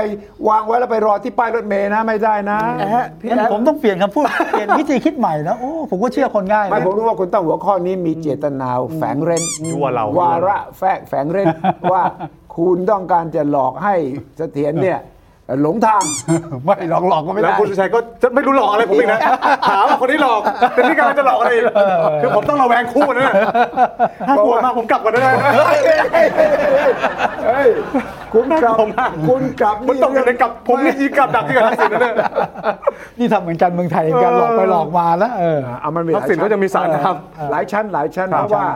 วางไว้แล้วไปรอที่ป้ายรถเมย์นะไม่ได้นะ แอะพี่ งั้น แอ๊ะ ผมต้องเปลี่ยนคำพูด เปลี่ยนวิธีคิดใหม่นะโอ้ผมก็เชื่อคนง่าย ไม่ นะ ผมรู้ว่าคุณตั้งหัวข้อนี้มีเจตนาแฝงเร้น ยั่วเรา วาระแฝงแฝงเร้น ว่าคุณต้องการจะหลอกให้เสถียรเนี่ยหลงทาง ไม่หลอกหลอกก็ไม่ แล้ว ได้ คุณสุชัยก็จะไม่รู้หลอกอะไรผมอีก นะ ถามว่าคนนี้หลอกเป็นพี่การจะหลอกอะไรอีกคือผมต้องระแวงคู่นะ เนี่ยถ้ากลัวมากผมกลับก่อนได้ไหม เฮ้ยคุณกลับ ผมอะ คุณกลับ มันต้องอยู่ในกับผมนี่ยีกับดักที่กับทักษิณนะเนี่ย นี่ทำเหมือนกันเมืองไทยเหมือนกันหลอกไปหลอกมาแล้วเออ เอามันมีห ทั ลาย กษิณ ชั้ ก็ น จะมีสารน้ำ หลายชั้นหลายชั้นเพราะว่า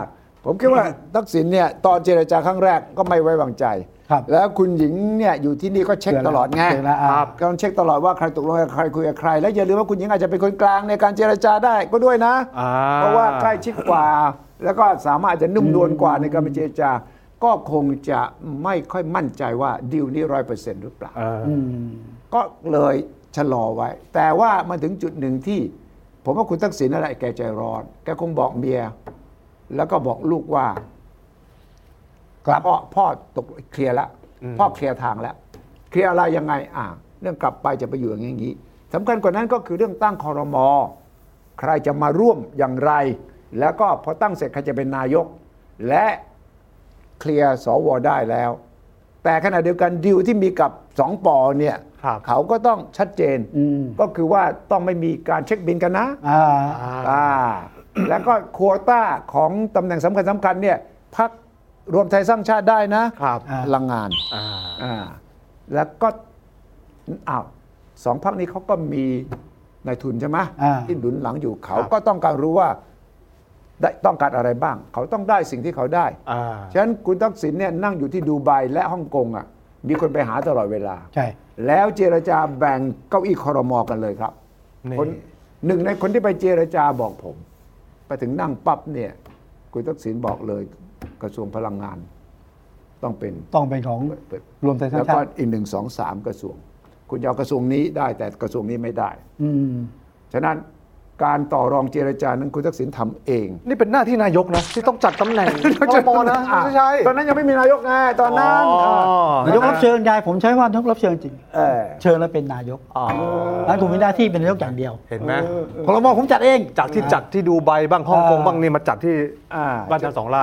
ผมคิดว่าทักษิณเนี่ยตอนเจรจาครั้งแรกก็ไม่ไว้วางใจ ครับ แล้วคุณหญิงเนี่ยอยู่ที่นี่ก็เช็คตลอดไง เตือนแล้วอ่า ครับก็เช็คตลอดว่าใครตกลงกับใครคุยกับใคร แล้วอย่าลืมว่าคุณหญิงอาจจะเป็นคนกลางในการเจรจาได้ก็ด้วยนะ อ่า เพราะว่าใกล้ชิดกว่า แล้วก็สามารถจะนุ่มนวลกว่าในการเจรจา ก็คงจะไม่ค่อยมั่นใจว่าดีลนี้ร้อยเปอร์เซ็นต์หรือเปล่า เออ ก็เลยชะลอไว้ แต่ว่ามันถึงจุดหนึ่งที่ ผมว่าคุณทักษิณอะไรแกใจร้อน แกคงบอกเมีย แล้วก็บอกลูกว่ากลับพ่อพ่อตกเคลียร์แล้วพ่อเคลียร์ทางแล้ว เคลียร์อะไรยังไง อ่าเรื่องกลับไปจะไปอยู่อย่างนี้อย่างนี้สำคัญกว่านั้นก็คือเรื่องตั้งคอรมอ ใครจะมาร่วมอย่างไร แล้วก็พอตั้งเสร็จใครจะเป็นนายก และเคลียร์สวได้แล้ว แต่ขณะเดียวกันดิวที่มีกับสองปอเนี่ย ครับ เขาก็ต้องชัดเจน อืม ก็คือว่าต้องไม่มีการเช็คบินกันนะ อ่า อ่าแล้วก็โควต้าของตำแหน่งสำคัญสำคัญเนี่ยพักรวมไทยสร้างชาติได้นะครับ อ่า พลังงาน อ่า อ่าแล้วก็อ้าวสองพักนี้เขาก็มีนายทุนใช่ไหม อ่า ที่หนุนหลังอยู่เขา ครับ ก็ต้องการรู้ว่าได้ต้องการอะไรบ้าง เขาต้องได้สิ่งที่เขาได้ อ่า ฉะนั้นคุณทักษิณเนี่ยนั่งอยู่ที่ดูไบและฮ่องกงอ่ะมีคนไปหาตลอดเวลา ใช่ แล้วเจรจาแบ่งเก้าอี้คอรมอกันเลยครับ นี่ คนหนึ่งในคนที่ไปเจรจาบอกผม ไปถึงนั่งปั๊บเนี่ยคุณทักษิณบอกเลยกระทรวงพลังงาน ต้องเป็น ต้องเป็นของ เปิด รวมไทยสร้า แล้ ง วก็ ชาติ อีกหนึ่งสองสามกระทรวง คุณจะเอากระทรวงนี้ได้แต่กระทรวงนี้ไม่ได้ อืม ฉะนั้นการต่อรองเจรจานั้นคุณทักษิณทำเอง นี่เป็นหน้าที่นายกนะ ที่ต้องจัดตำแหน่งคอรมอนะ อ่ ไม่ใช่ ตอนนั้นยังไม่มีนายกไงตอนนั้น อ๋ออ่ าน ายกรับเชิญยายผมใช้ว่านายกรับเชิญจริง เออ เชิญแล้วเป็นนายก อ๋อ นั้นคุณมีหน้าที่เป็นนายกอย่างเดียว เห็นไหม คอรมอผมจัดเอง จากที่จัดที่ดูไบบ้างฮ่องกงบ้างนี่มาจัดที่ อ่ บ้านทั้งสองล่า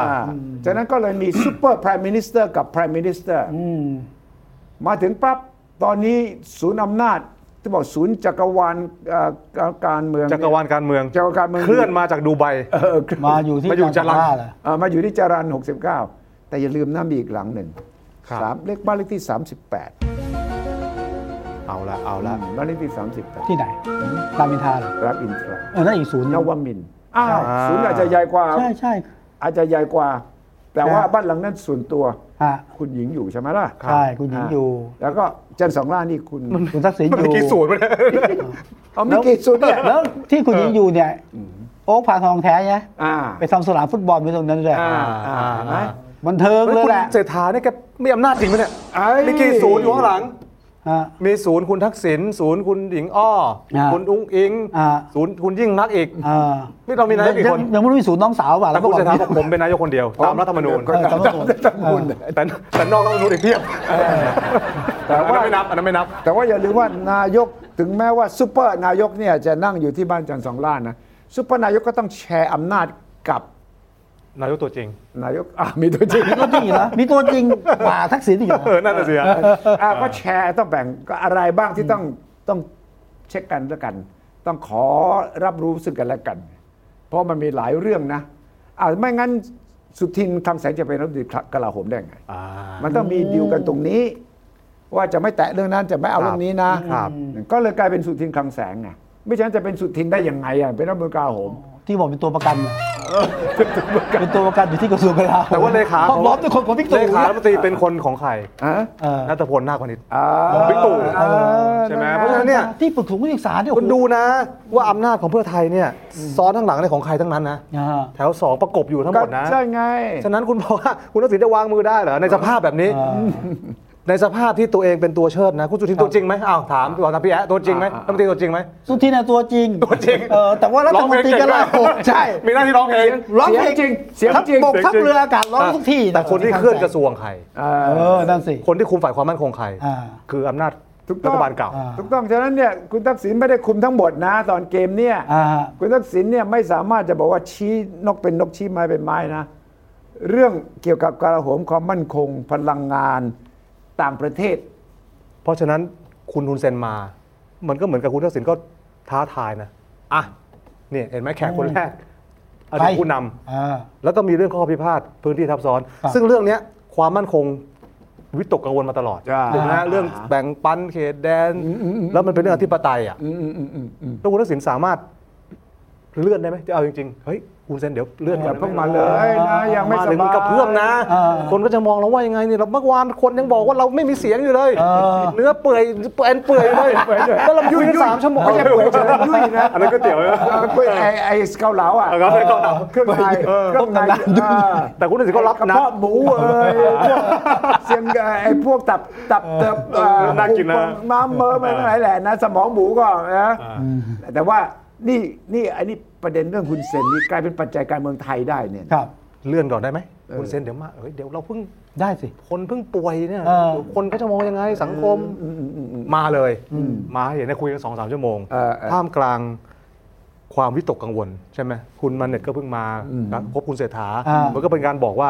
จากนั้นก็เลยมี Super Prime Minister กับ Prime Minister อืม มาถึงปั๊บ ตอนนี้ศูนย์อำนาจที่บอกศูนย์จักรวาลเอ่อการเมือง จักรวาลการเมือง จักรวาลการเมือง เคลื่อนมาจากดูไบ เออ เคลื่อน มาอยู่ที่ มาอยู่ จันท จรัญ ร์าเหรอ เอ่อมาอยู่ที่จารัน 69 แต่อย่าลืมนะมีอีกหลังหนึ่ง ครับ สามเลขบ้านเลขที่ 38 เอาละเอาละ บ้านเลขที่ ที่ไหนรามอินทราเหรอ 38รับอินทรา เออนั่นอีกศูนย์ห น นึ่ง วมินทร์อ้าว อ่า ศูนย์อาจจะใหญ่กว่า ใช่ใช่ อาจจะใหญ่กว่า แต่ว่า ครับ บ้านหลังนั้นส่วนตัว อ่ะ คุณหญิงอยู่ใช่ไหมล่ะ ใช่คุณหญิงอยู่ แล้วก็จันทร์สองล่านี่คุณ คุณทักษิณอ มัน ยู่ กี่สูตรมันย เอาไม่กี่สุดเนี่ย แล้วที่คุณหญิงอยู่เนี่ยโอ๊คผ่าทองแท้ไง อ่า ไปทำสนามฟุตบอลไว้ตรงนั้นเลย อ่า อ่า อ่าเห็นไหม บันเทิงเลย คุณ แหละ เศรษฐาเนี่ยแกมีอำนาจจริงไหมเนี่ย ไอ้ มีกี่ศูนย์อยู่ข้างหลัง อ่ะ มีศูนย์คุณทักษิณศูนย์คุณหญิงอ้อ อ่า คุณอุ้งอิง อ่า ศูนย์คุณยิ่งรักษณ์อีก อ่า นี่เรามีนายกกี่คน ยังยังไม่รู้มีศูนย์น้องสาวป่ะ แต่คุณเศรษฐา มี บอกผมเป็นนายกคนเดียว ตามรัฐธรรมนูญ ก็ตาม เออตามรัฐธรรมนูญ รัฐธรรมนูญ แต่แต่นอกรัฐธรรมนูญอีกเพียบ แต่ อัน ว่า นั้นไม่นับอันนั้นไม่นับ แต่ว่าอย่าลืมว่านายกถึงแม้ว่าซูเปอร์นายกเนี่ยจะนั่งอยู่ที่บ้านจันทร์สองล่านะซูเปอร์นายกก็ต้องแชร์อำนาจกับ นายกตัวจริง นายกอ่ะมีตัวจริง ตัวจริงเหรอมีตัวจริงกว่าทักษิณอีกเหรอ เออ นั่นน่ะสิฮะ อ่ะก็แชร์ต้องแบ่งก็อะไรบ้างที่ต้องต้องเช็คกันแล้วกัน ต้องขอรับรู้ซึ่งกันและกัน เพราะมันมีหลายเรื่องนะอ่ะไม่งั้นสุทินคำแสงจะเป็นรัฐมนตรีกลาโหมได้ไง อ่า มันต้องมีดีลกันตรงนี้ ว่าจะไม่แตะเรื่องนั้นจะไม่เอา ครับ เรื่องนี้นะครับ ก็เลยกลายเป็นสุทินคลังแสงไงไม่ฉะนั้นจะเป็นสุทินได้ยังไงอ่ะเป็นรัฐมนตรีกลาโหม ที่บอกเป็นตัวประกันเหรอเป็นตัวประกันอยู่ที่กระทรวงกลาโหม แต่ว่าเลขา ห้อมล้อมด้วยคนของพิกตู่ เลขารัฐมนตรีเป็นคนของใคร อ่ะ เออ นัตพลนาควณิช อ่า ของบิ๊กตู่ เออ ใช่ไหมเพราะฉะนั้นเนี่ย ที่ปรึกษาผู้ศึกษาเนี่ย คุณดูนะ ว่าอำนาจของเพื่อไทยเนี่ยซ้อนทั้างหลังในของใครทั้งนั้นนะ อ่า แถวสองประกบอยู่ทั้งห ก็ มดนะ ใช่ไง ฉะนั้นคุณบอกว่า คุณทักษิณจะวางมือได้เหรอ ในสภาพแบบนี้ อ่า ในสภาพที่ตัวเองเป็นตัวเชิดนะ คุณสุทินตัวจริงไหมอ้าวถามก่อนนะพี่แอะตัวจริงไหมรัฐมนตรีตัวจริงไหม สุทินน่ะตัวจริง ตัวจริง เออแต่ว่ารัฐมนตรีกลาโหมใช่ มีหน้าที่ร้องเพลง ร้องเพลง เสียงจริงเสียง ทัพ จริง บกทัพเรืออากาศร้องทุกที่ แต่คนที่เคลื่อนกระทรวงใคร เอ เอ อ อนั่นสิ คนที่คุมฝ่ายความมั่นคงใคร อ่า คืออำนาจ ถูกต้ รั อง ฐบาลเก่า อ่า ถูกต้องฉะนั้นเนี่ยคุณทักษิณไม่ได้คุมทั้งหมดนะ ตอนเกมเนี่ย อ่าฮะ คุณทักษิณเนี่ยไม่สามารถจะบอกว่าชี้นกเป็นนกชี้ไม้เป็นไม้นะ เรื่องเกี่ยวกับกลาโหมความมั่นคง พลังงานต่างประเทศ เพราะฉะนั้นคุณทุนเซนมา มันก็เหมือนกับคุณทักษิณก็ท้าทายนะอ่ะเนี่ยเห็นไหมแขกคนแรกอดีตผู้นำ อ่า แล้วก็มีเรื่องข้อพิพาทพื้นที่ทับซ้อน ครับ ซึ่งเรื่องเนี้ยความมั่นคงวิตกกังวลมาตลอด อ่า ถูกไหมฮะเรื่องแบ่งปันเขตแดน แล้วมันเป็นเรื่องอธิปไตยอ่ะแล้วคุณทักษิณสามารถเลื่อนได้ไหมจะเอาจริงๆเฮ้ยคุณเซนเดี๋ยวเลื่อน อ กั ย่าน เพิ่งมาเลยนะยังไม่ มา ส ถึง บาย กระเพื่อมนะ อ่า คนก็จะมองเราว่ายังไงเนี่ยเราเมื่อวานคนยังบอกว่าเราไม่มีเสียงอยู่เลย เออ เนื้อเปื่อยเปื่อยเปื่ อยเลยก็ลำยุ่ยกันสามชั่วโมง ไม่ใช่เปิดเฉยยุ่ยนะ อันนั้นก็เตี๋ยวนะ เออเปิดไอ้ไอ้เกาเหลาอ่ะ เอาครับให้เขาเอา เครื่องในเครื่องในอ่า แต่คุณทักษิณก็รับ กระ นะ เพาะหมูเอ้ยพวกเซียนเอ่อไอ้พวกตับตับเติบเอ่อ น่ากินนะ พุงม้ามเมอร์มันอะไรแหละนะ สมองหมูก็นะแต่ว่านี่นี่ไอ้นี่ประเด็นเรื่องคุณเซนนี่กลายเป็นปัจจัยการเมืองไทยได้เนี่ย ครับ เลื่อนก่อนได้ไหมคุณเซนเดี๋ยวมาเอ้ยเดี๋ยวเราเพิ่ง ได้สิ คนเพิ่งป่วยเนี่ย เออ เดี๋ยวคนก็จะมองยังไงสังคมมาเลย มาให้เห็นได้คุยกันสองสามชั่วโมง เออเออ ท่ามกลาง ความวิตกกังวลใช่ไหมคุณมาเน็ตก็เพิ่งมาครับพบคุณเศรษฐา อ่ามั มันก็เป็นการบอกว่า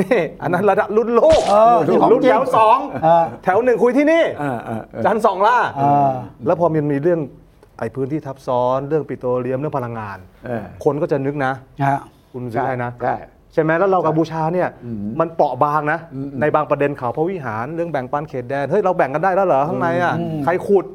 นี่อันนั้นระดับรุ่นโลก เออนี่ของ รุ่น จริ แถ ง วสอง เออ แถวหนึ่งคุยที่นี่ อ่าอ่าเออ จันทร์สองล่า อ่า แล้วพอมันมีเรื่องไอ้พื้นที่ทับซ้อน เรื่องปิโตรเลียมเรื่องพลังงาน เออ คนก็จะนึกนะ ฮะ คุณซื้อได้นะ ใช่ ใช่ไหมแล้วเรากัมพูชาเนี่ยมันเปราะบางนะ ในบางประเด็นข่าวพระวิหารเรื่องแบ่งปันเขตแดน เฮ้ย เราแบ่งกันได้แล้วเหรอข้างในอ่ะใครขุด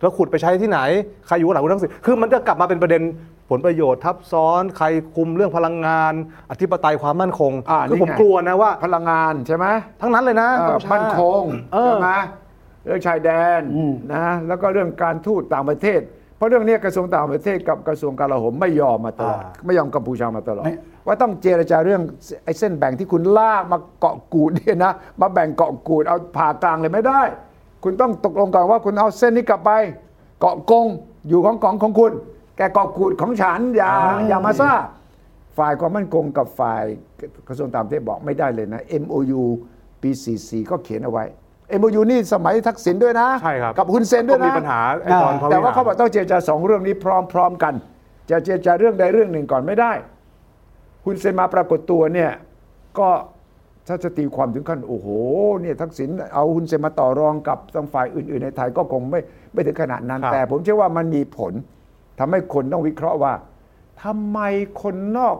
แล้วขุดไปใช้ที่ไหน ใครอยู่ข้างหลังคุณทักษิณคือมันจะกลับมาเป็นประเด็นผลประโยชน์ทับซ้อน ใครคุมเรื่องพลังงาน อธิปไตยความมั่นคง อ่า คือ นี่ ผม ไง กลัวนะว่า พลังงานใช่ไหม ทั้งนั้นเลยนะ เอ่ กั อ พูชา มั่นคง เออ ใช่ไหมเรื่องชายแดน อืม นะแล้วก็เรื่องการทูตต่างประเทศ เพราะเรื่องเนี้ยกระทรวงต่างประเทศกับกระทรวงกลาโหมไม่ยอมมาตลอดไม่ยอมกัมพูชามาตลอด ว่าต้องเจรจาเรื่องไอ้เส้นแบ่งที่คุณลากมาเกาะกูดเนี่ยนะมาแบ่งเกาะกูดเอาผ่ากลางเลยไม่ได้ คุณต้องตกลงกันว่าคุณเอาเส้นนี้กลับไป เกาะกงอยู่ของของของคุณ แกเกาะกูดของฉันอย่าอย่ามาซ่า ฝ่ายความมั่นคงกับฝ่ายกระทรวงต่างประเทศบอกไม่ได้เลยนะ MOU ปี 44 ก็เขียนเอาไว้ MOU นี่สมัยทักษิณด้วยนะ ใช่ครับ กับฮุนเซนด้วยนะ ก็มีปัญหาไอ้ตอนพระวิหาร แต่ว่าเขาบอกต้องเจรจาสองเรื่องนี้พร้อมๆกัน จะเจรจาเรื่องใดเรื่องหนึ่งก่อนไม่ได้ คุณเซนมาปรากฏตัวเนี่ยก็ถ้าจะตีความถึงขั้นโอ้โหเนี่ยทักษิณเอาคุณเซนมาต่อรองกับทางฝ่ายอื่น ๆ ในไทยก็คงไม่ไม่ถึงขนาดนั้น ครับ แต่ผมเชื่อว่ามันมีผลทำให้คนต้องวิเคราะห์ว่าทำไมคนนอก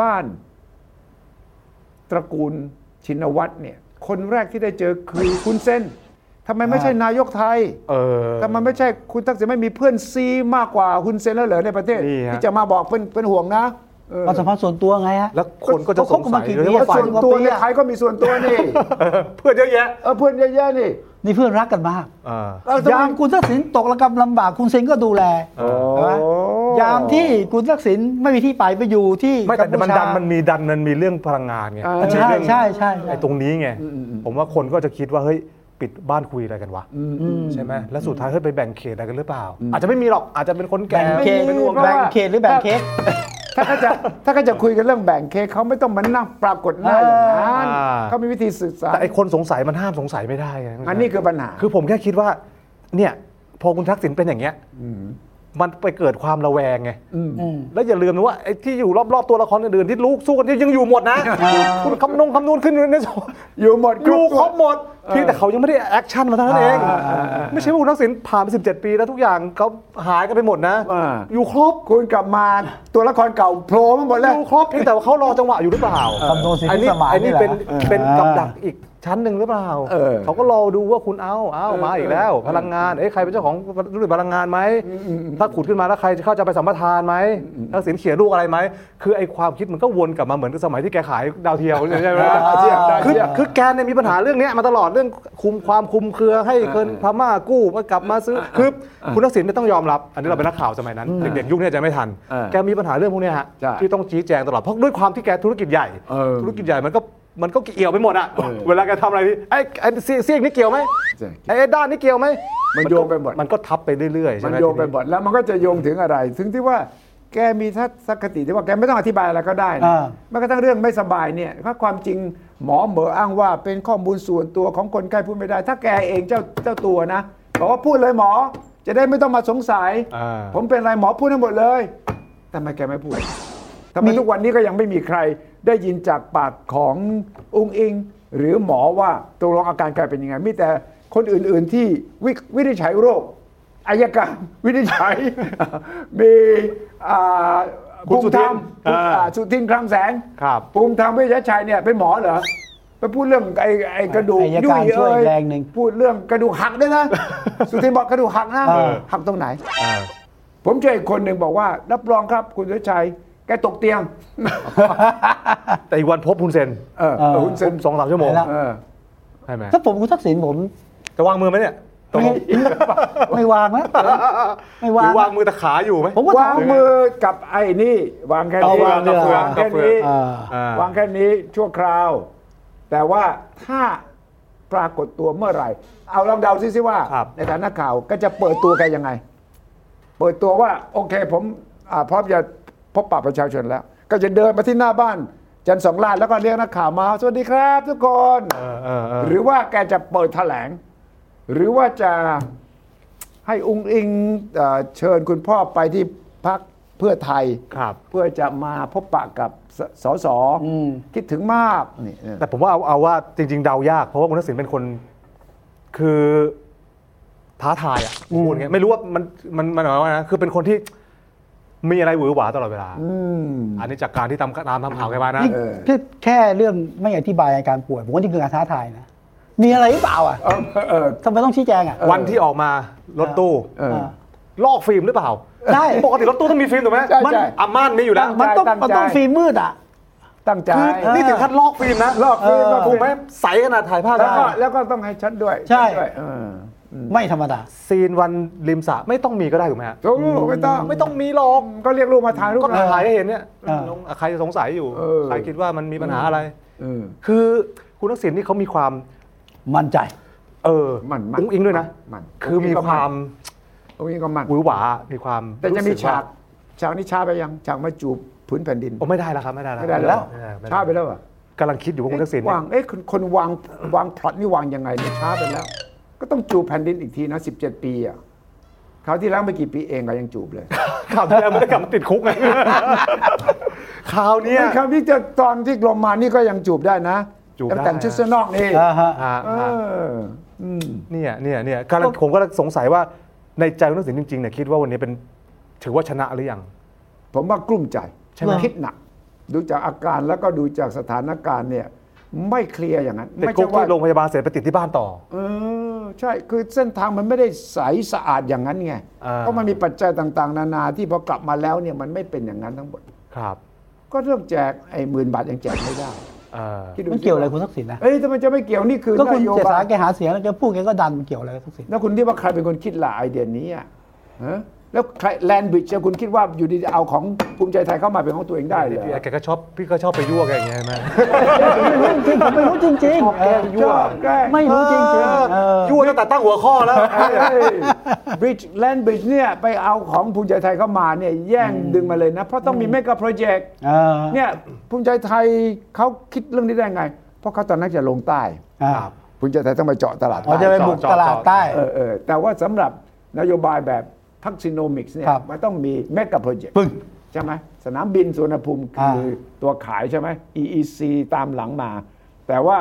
บ้าน ตระกูลชินวัตรเนี่ย คนแรกที่ได้เจอคือคุณเซนทำไมไม่ใช่นายกไทย เออ แต่มันไม่ใช่คุณทักษิณไม่มีเพื่อนซีมากกว่าคุณเซนแล้วเหรอในประเทศ นี่ฮะ ที่จะมาบอกเป็นเป็นห่วงนะเออ ความสัมพันธ์ส่วนตัวไงฮะ แล้วคนก็จะสงสัย เขาคบกันมากี่ปี เลยว่าฝ่า ส่ ย วน กว่า ตัว ปี ใน อะ ใครก็มีส่วนตัวนี่ เพื่อนเยอะแยะ เออเพื่อนเยอะๆนี่ นี่เพื่อนรักกันมาก อ่า เออตอนคุณทักษิณตกระกำลำบากคุณเซนก็ดูแลใช่ไหมยามที่คุณทักษิณไม่มีที่ไปไปอยู่ที่ ไม่แต่ กัพู มัน ชา ดันมันมีดันมันมีเรื่องพลังงานไง อ่า มันมี ใช่ เรื่อง ใช่ใช่ใช่ ไอ้ตรงนี้ไงผมว่าคนก็จะคิดว่าเฮ้ยปิดบ้านคุยอะไรกันวะใช่ไหมแล้วสุดท้ายเฮ้ยไปแบ่งเขตอะไรกันหรือเปล่า อาจจะไม่มีหรอกอาจจะเป็นคนแก่ แบ่ง ไม่ เขต มีเป็นห่วง แบ่งเขตหรือแบ่งเขต ถ้าเขาจะถ้าเขาจะคุยกันเรื่องแบ่งเค้กเขาไม่ต้องมานั่งปรากฏหน้าอย่างนั้น อ่า เขามีวิธีสื่อสาร แต่ไอ้คนสงสัยมันห้ามสงสัยไม่ได้ไง อันนี้คือปัญหา คือผมแค่คิดว่า เนี่ย พอคุณทักษิณเป็นอย่างเงี้ยมันไปเกิดความระแวงไง อืม แล้วอย่าลืมนะว่าไอ้ที่อยู่รอบๆตัวละครอื่นๆที่ลูกสู้กันที่ยังอยู่หมดนะคุณคำนงคำนวณขึ้นในสมอง อยู่หมด อยู่ครบหมด เออ เพียงแต่เขายังไม่ได้แอคชั่นมาเท่านั้นเอง อ่าอ่าอ่า ไม่ใช่ว่าคุณทักษิณผ่านไป17 ปีแล้วทุกอย่างเขาหายกันไปหมดนะ อ่า อยู่ครบ คุณกลับมาตัวละครเก่าโผล่มาหมด อ แล้ว ยู่ครบเพียงแต่ว่าเขารอจังหวะอยู่หรือเปล่า คำนวณสิทธิ อันี้ สมาน อันี้ นี่แหละ เป็น เออ เป็นกับดักอีกชั้นหนึ่งหรือเปล่า เออ เขาก็รอดูว่าคุณเอาเอามาอีกแล้ว พลังงานเอ้ยใครเป็นเจ้าของธุรกิจพลังงานไหมถ้าขุดขึ้นมาแล้วใครเข้าจะไปสัมปทานไหมทักษิณเขียนลูกอะไรไหมคือไอ้ความคิดมันก็วนกลับมาเหมือนกับสมัยที่แกขายดาวเทียมใช่ไหม ดาวเทียมดาว คือ เทียม คือแกนเนี่ยมีปัญหาเรื่องเนี้ยมาตลอดเรื่องคุมความคุมเครือให้เกินพม่ากู้มากลับมาซื้อคือคุณทักษิณเนี่ยต้องยอมรับ อันนี้เราเป็นนักข่าวสมัยนั้น เด็กๆยุคเนี้ยจะไม่ทัน เออ แกมีปัญหาเรื่องพวกเนี้ยฮะ ใช่ ที่ต้องชี้แจงตลอดเพราะด้วยความที่แกธุรกิจใหญ่ เออ ธุรกิจใหญ่มันก็มันก็เกี่ยวไปหมดอ่ะเวลาแกทำอะไรนี่ไอ้ไอ้เสี้ยงเสี้ยงนี่เกี่ยวไหม ใช่ ไอ้ไอ้ด้านนี่เกี่ยวไหม มันโยงไปหมด มันก็ทับไปเรื่อยๆ มั ใช่ น ไหม โยงไปหมดแล้วมันก็จะโยงถึงอะไร ถึงที่ว่าแกมีทัศนคติที่ว่าแกไม่ต้องอธิบายอะไรก็ได้นะ อ่า แม้กระทั่งเรื่องไม่สบายเนี่ยถ้าความจริงหมอเหมออ้างว่าเป็นข้อมูลส่วนตัวของคนไข้พูดไม่ได้ ถ้าแกเองเจ้าเจ้าตัวนะบอกว่าพูดเลยหมอ จะได้ไม่ต้องมาสงสัย อ่า ผมเป็นอะไรหมอพูดให้หมดเลยทำไมแกไม่พูดทำไมทุกวันนี้ก็ยังไม่มีใครได้ยินจากปากขององค์อิง หรือหมอว่าตกลงอาการแกเป็นยังไง มีแต่คนอื่น ๆ ที่วิวินิจฉัยโรคอายการ วินิจฉัย มีอ่า คุณสุทิน ภูมิธรรมภูมิ อ่า อ่าสุทินคลังแสง ครับ ภูมิธรรมเวิชยชัยเนี่ยเป็นหมอเหรอไปพูดเรื่องไอ้ไอ้กระดูก อัยการ ยุ่ย ช่วย เอ้ย แรงหนึ่ง พูดเรื่องกระดูกหักด้วยนะ สุทินบอกกระดูกหักนะ เออ หักตรงไหน อ่า ผมเจออีกคนหนึ่งบอกว่า รับรองครับคุณสุรชัย แกตกเตียง แต่อีกวันพบคุณเซน เออเออคุณเซน สองสามชั่วโมง ไปละ เออ ใช่ไหม ถ้าผมคุณทักษิณผม จะวางมือไหมเนี่ยตรง ไม่ ไม่วางนะไม่ ห วา รื ง อวางมือตะขาอยู่ไหม ผมก็ วาง ทำ มือกับไอ้นี่ วางแค่ เอา นี้ วางเรือ วางแค่นี้ อ่า อ่าว างแค่นี้ชั่วคราว แต่ว่าถ้าปรากฏตัวเมื่อไหร่ เอาลองเดาซิซิว่า ครับ ในฐานะข่าวก็จะเปิดตัวแกยังไง เปิดตัวว่า โอเคผมอ่าพร้อมจะพบปะประชาชนแล้ว ก็จะเดินมาที่หน้าบ้าน จันทร์สองลาดแล้วก็เรียกนักข่าวมาสวัสดีครับ ทุกคน เออเออเออ หรือว่าแกจะเปิดแถลง หรือว่าจะให้อุงอิงเอ่อเชิญคุณพ่อไปที่พักพ เพื่อไทย ครับ เพื่อจะมาพบปะกับสสสคิดถึงมากนี่เออ แต่ผมว่าเอาเอาว่าจริง ๆ เดายาก เพราะว่าคุณทักษิณเป็นคนคือท้าทายอ่ะพูดไงไม่รู้ว่ามันมันมันหมายว่าไงนะคือเป็นคนที่มีอะไรหวือหวาตลอดเวลาอันนี้จากการที่ตามตามทำข่าวแกมานะ นี่ เออ แค่แค่เรื่องไม่อธิบายอาการป่วยผมว่านี่คือการท้าทายนะ มีอะไรหรือเปล่าอ่ะ เออเออ ทำไมต้องชี้แจงอ่ะ วันที่ออกมารถตู้ เออ า ลอกฟิล์มหรือเปล่า ใช่ ปกติรถตู้ต้องมีฟิล์มถูกไหม ใช่ใช่ มันอาม่านมีอยู่แล้ว มันต้อง ตั้งใจ มันต้องฟิล์มมืดอ่ะ ตั้งใจ คือนี่ถึงขั้นลอกฟิล์มนะ ลอกฟิล์มลอกฟิล์ม ถูกไหมใสขนาดถ่ายภาพ แล้วก็ ได้ แล้วก็ต้องให้ฉันด้วย ใช่ ฉันด้วยเออ ไม่ธรรมดา ซีนวันริมสระไม่ต้องมีก็ได้ถูกไหมฮะ โอ้ไม่ต้อง ไม่ต้องมีหรอก ก็เรียกลูกมาถ่ายรูป ก็ นะ ถ่ายให้เห็นเนี่ย เออ น้องใครจะสงสัยอยู่ เออ ใครคิดว่ามันมีปัญหาอะไร เออ คือคุณทักษิณนี่เขามีความ มั่นใจ เออ มันมัน อุ้งอิงด้วยนะ มัน คือมีความ ตรงนี้ก็มัน หวือหวา มีความ แต่จะมี รู้สึว่ ฉากฉากนี้ช้าไปยังฉากมาจูบผืนแผ่นดิน โอ้ไม่ได้แล้วครับไม่ได้แล้ว ไม่ได้แล้ว ม่ได้ม่ด้ ช้าไปแล้วเหรอ่ะ กำลังคิดอยู่ว่าคุณทักษิณเนี่ วาย งเอ๊ะคนคนวางวางพล็อตนี่วางยังไงเนี่ยช้าไปแล้ว ก็ต้องจูบแผ่นดินอีกทีนะ17 ปีอ่ะคราวที่แล้วไม่กี่ปีเองก็ยังจูบเลย ข่าวที่แล้วไม่ได้กลับมาติดคุกไงข่าวเนี้ย ไอ้คำที่จะตอนที่ลงมานี่ก็ยังจูบได้นะ จูบได้ แต่งชุดเสื้อนอกนี่ อ่าฮะ ฮะ เอ ฮะ ออืม เนี่ยเนี่ยเนี่ยกำลังผมก็สงสัยว่าในใจคุณทักษิณจริงๆเนี่ยคิดว่าวันนี้เป็นถือว่าชนะหรือยัง ผมว่ากลุ้มใจ ใช่ไหม คิดหนัก ดูจากอาการแล้วก็ดูจากสถานการณ์เนี่ย ไม่เคลียร์อย่างนั้น ติด ไม่ คุ ใช่ ก ว่า ที่โรงพยาบาลเสร็จไปติดที่บ้านต่อ เออใช่ คือเส้นทางมันไม่ได้ใสสะอาดอย่างนั้นไง อ่า เพราะมันมีปัจจัยต่างๆ นานาที่พอกลับมาแล้วเนี่ยมันไม่เป็นอย่างนั้นทั้งหมด ครับ ก็เรื่องแจกไอ้หมื่นบาทยังแจกไม่ได้ เออ คิดดู มันเกี่ยวอะไรคุณทักษิณนะ เอ้ยแต่มันจะไม่เกี่ยวนี่คือ ก็คุณ นโย เส บา ษาย แกหาเสียงแล้วแกพูดแกก็ดันมันเกี่ยวอะไรกับทักษิณ แล้วคุณคิดว่าใครเป็นคนคิดล่ะไอเดียนี้อ่ะฮะแล้วใครแลนบิดจะคุณคิดว่าอยู่ดีๆเอาของภูมิใจไทยเข้ามาเป็นของตัวเองได้เหรอ พี่แกก็ชอบพี่ก็ชอบไปยั่วแกอย่างเงี้ยใช่ไหม ไม่รู้จริงผมไม่รู้จริงๆเออ ชอบแกล้ง ไม่รู้จริงๆเออ ยั่วตั้งแต่ตั้งหัวข้อแล้ว บริดจ์แลนบิดเนี่ยไปเอาของภูมิใจไทยเข้ามาเนี่ยแย่งดึงมาเลยนะ เพราะต้องมีเมกะโปรเจกต์ เออ เนี่ยภูมิใจไทยเขาคิดเรื่องนี้ได้ไง เพราะเขาตอนนั้นจะลงใต้ อ่า ภูมิใจไทยต้องไปเจาะตลาด เรา ใต้ จะไปบุกตลาดใต้ เออเออแต่ว่าสำหรับนโยบายแบบทักซิโนมิกส์เนี่ย ครับ มันต้องมีแมก a โปรเจกต์ ปึ้ง ใช่ไหมสนามบินสุวรรณภูมิ อ่า คือตัวขายใช่ไหม EEC ตามหลังมา แต่ว่า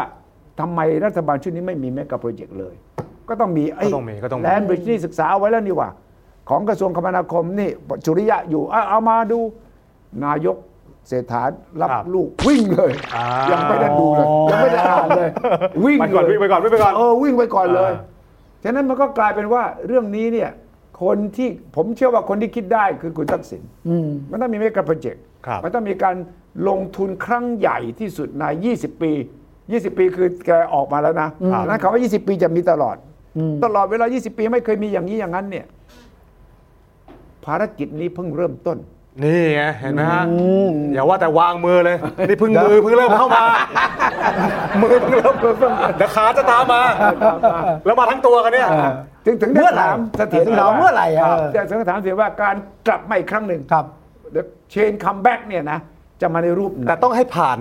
ทำไมรัฐบาลชุดนี้ไม่มีแมก a โปรเจกต์เลย ก็ต้องมี ก็ต้องมีก็ต้องมี แลนบริดจ์นี่ศึกษาเอาไว้แล้วนี่หว่า ของกระทรวงคมนาคมนี่จุริยะอยู่เอาเอามาดูนายกเศรษฐารับ ครับ ลูกวิ่งเลย อ่ายั ยังไม่ได้ดูเลยยังไม่ได้อ่านเลย วิ่ง ไปก่อน เลย วิ่งไปก่อนวิ่งไปก่อน เออวิ่งไปก่อนเลย อ่ ฉะนั้นมันก็กลายเป็นว่าเรื่องนี้เนี่ยคนที่ผมเชื่อว่าคนที่คิดได้คือคุณทักษิณมันต้องมีเมกะโปรเจกต์ ครับ มันต้องมีการลงทุนครั้งใหญ่ที่สุดใน 20 ปี 20 ปีคือแกออกมาแล้วนะฉะนั้นคำว่า 20 ปีจะมีตลอด ตลอดเวลา 20 ปีไม่เคยมีอย่างนี้อย่างนั้นเนี่ยภารกิจนี้เพิ่งเริ่มต้น นี่ไงเห็นไหมฮะอย่าว่าแต่วางมือเลย นี่เพิ่งมือเพิ่งเริ่มเข้ามา มือเพิ่งเริ่มเดี๋ยวขาจะตามมา แล้วมาทั้งตัวกันเนี่ย ถึงถึงได้ เมื่อไหร่ ถามสถิ ถึงเราเมื่อไหร่อะ แต่ถึงถามเสียว่าการกลับมาอีกครั้งหนึ่ง ครับ เชนคัมแบ็กเนี่ยนะ จะมาในรูปไหน แต่ต้องให้ผ่าน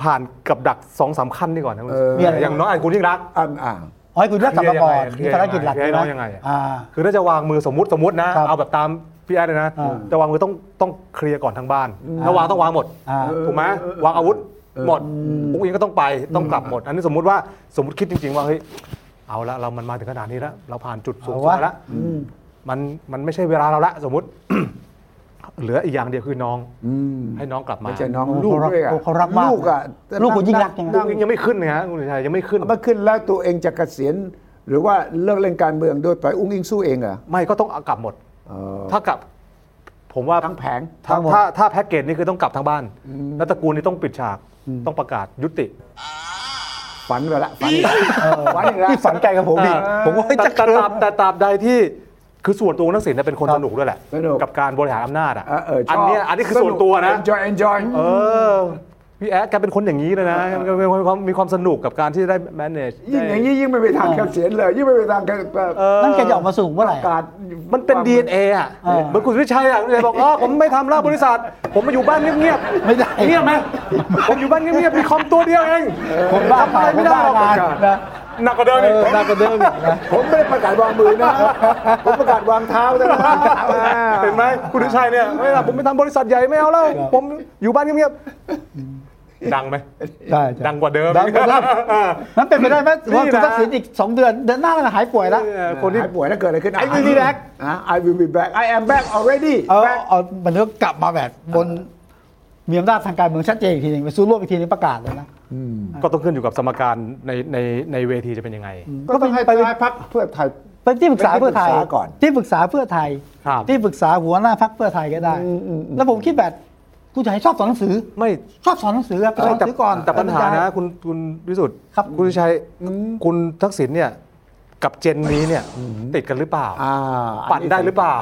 ผ่านกับดักสองสามขั้นนี่ก่อนนะคุณ เออ เนี่ยอย่างน้องไอ้คุณยิ่งรัก อ่าอ่า อ๋อให้คุณเลือกกลับมาก่อน เคลี มี ยร์ยังไง ภารกิจหลัก เคลียร์ ใช่ไหม ยังไงอะ อ่า คือถ้าจะวางมือสมมติสมมตินะ ครับ เอาแบบตามพี่แอดเลยนะ อ่า จะวางมือต้องต้องเคลียร์ก่อนทั้งบ้านถ้าวางต้องวางหมด อ่า ถูกไหมวางอาวุธหมดปุ๊กอิงก็ต้องไปต้องกลับหมด อันนี้สมมติว่าสมมติคิดจริง ๆ ว่าเฮ้ยเอาละเรามันมาถึงขนาดนี้แล้วเราผ่านจุดสูง เอา สุด วะ แล้วมันมันไม่ใช่เวลาเราละสมมติ เหลืออีกอย่างเดียวคือน้องให้น้องกลับมา ไม่ใช่น้อง โอ้ ลูกด้วยอ่ะ เขารักเขารักมาก ลูกอ่ะ ลูกคุณยิ่งรักใช่ไหม ปุ๊กอิงยังไม่ขึ้นนะฮะคุณชัยยังไม่ขึ้น เมื่อขึ้นแล้วตัวเองจะเกษียณหรือว่าเลิกเล่นการเมืองโดยปล่อยอุ้งอิงสู้เองเหรอ ไม่ก็ต้องเอากลับหมด ถ้ากลับ ผมว่า ทั้งแผง ถ้า ทั้งหมด ถ้าถ้าแพ็กเกจนี้คือต้องกลับทั้งบ้าน แล้วตระกูลนี้ต้องปิดฉาก ต้องประกาศยุติ ฝันไปละ ฝันอีกแล้วฝันอีกแล้ว ที่ฝันไกลกับผมอีก เออ ผมว่า แต่ จะ แต่ เกิ ตราบแต่ตราบใดที่คือส่วนตัวคุณทักษิณเนี่ยเป็นคนสนุกด้วยแหละ สนุก กับการบริหารอำนาจอ่ะ เออเออชบ นเนี้ยอันนี้คือส่วนตัวนะ ส enjoy enjoy เออพี่แอดแกเป็นคนอย่างนี้เลยนะมีความมีความสนุกกับการที่ได้ manage ยิ่งอย่างนี้ยิ่งไม่ไปทางเกษียณเลย ยิ่งไม่ไปทางการ เออ นั่นแกจะออกมาสูงเมื่อไหร่ กา อะ ร มันเป็น DNA อ่ะ เออ เหมือนคุณสุวิชัยอ่ะคุณสุวิชัยบอกอ๋อผมไม่ทำแล้วบริษัท ผมมาอยู่บ้านเงียบๆ ไม่ได้ เงียบไหมผมอยู่บ้านเงียบๆมีคอมตัวเดียวเอง ผมบ้าข่าว ทำอะไร ผม ไม่ได้ บ้า หรอก งานนะ หนักกว่าเดิม เอ อีก อหนักกว่าเดิมอีกนะ ผมไม่ได้ประกาศวางมือนะผมประกาศวางเท้านะ เห็นไหมคุณวิชัยเนี่ยไม่ละผมไปทำบริษัทใหญ่ไม่เอาแล้วผมอยู่บ้านเงียบๆดังไหม ได้จ้ะ ดังกว่าเดิม ดังกว่าเดิม อ่า นั้นเป็นไปได้ไหม นี่ ว่า นะ คุณทักษิณอีก 2 เดือน เดือนหน้าก็หายป่วยแล้ว เนี่ยค คน นที่ ที่หายป่วยแล้วเกิดอะไรขึ้น I will be back I will be back I am back already เอา back เอามันก็กลับมาแบบบนมีอำนาจทางการเมืองชัดเจนอีกทีหนึงไปสู้ร่วมอีกทีนึงประกาศเลยนะ ก็ต้องขึ้นอยู่กับสมการในในในเวทีจะเป็นยังไง ก็ต้องให้ท้ายพักเพื่อไทย เป็นที่ปรึกษาเพื่อไทย เป็นที่ปรึกษาก่อน ที่ปรึกษาเพื่อไทย ครับ ที่ปรึกษาหัวหน้าพักเพื่อไทยก็ได้ แล้วผมคิดแบบคุณชัยชอบสอนหนังสือ ไม่ ชอบสอนหนังสือครับไปสอนหนัง แต่ สือก่อน แต่ปัญหา แล้วบรรยย นะ คุณคุณวิสุทธ์ ครับ คุณวิชัยคุณทักษิณเนี่ยกับเจนนี้เนี่ยติดกันหรือเปล่า อ่า ปั่นได้หรือเปล่า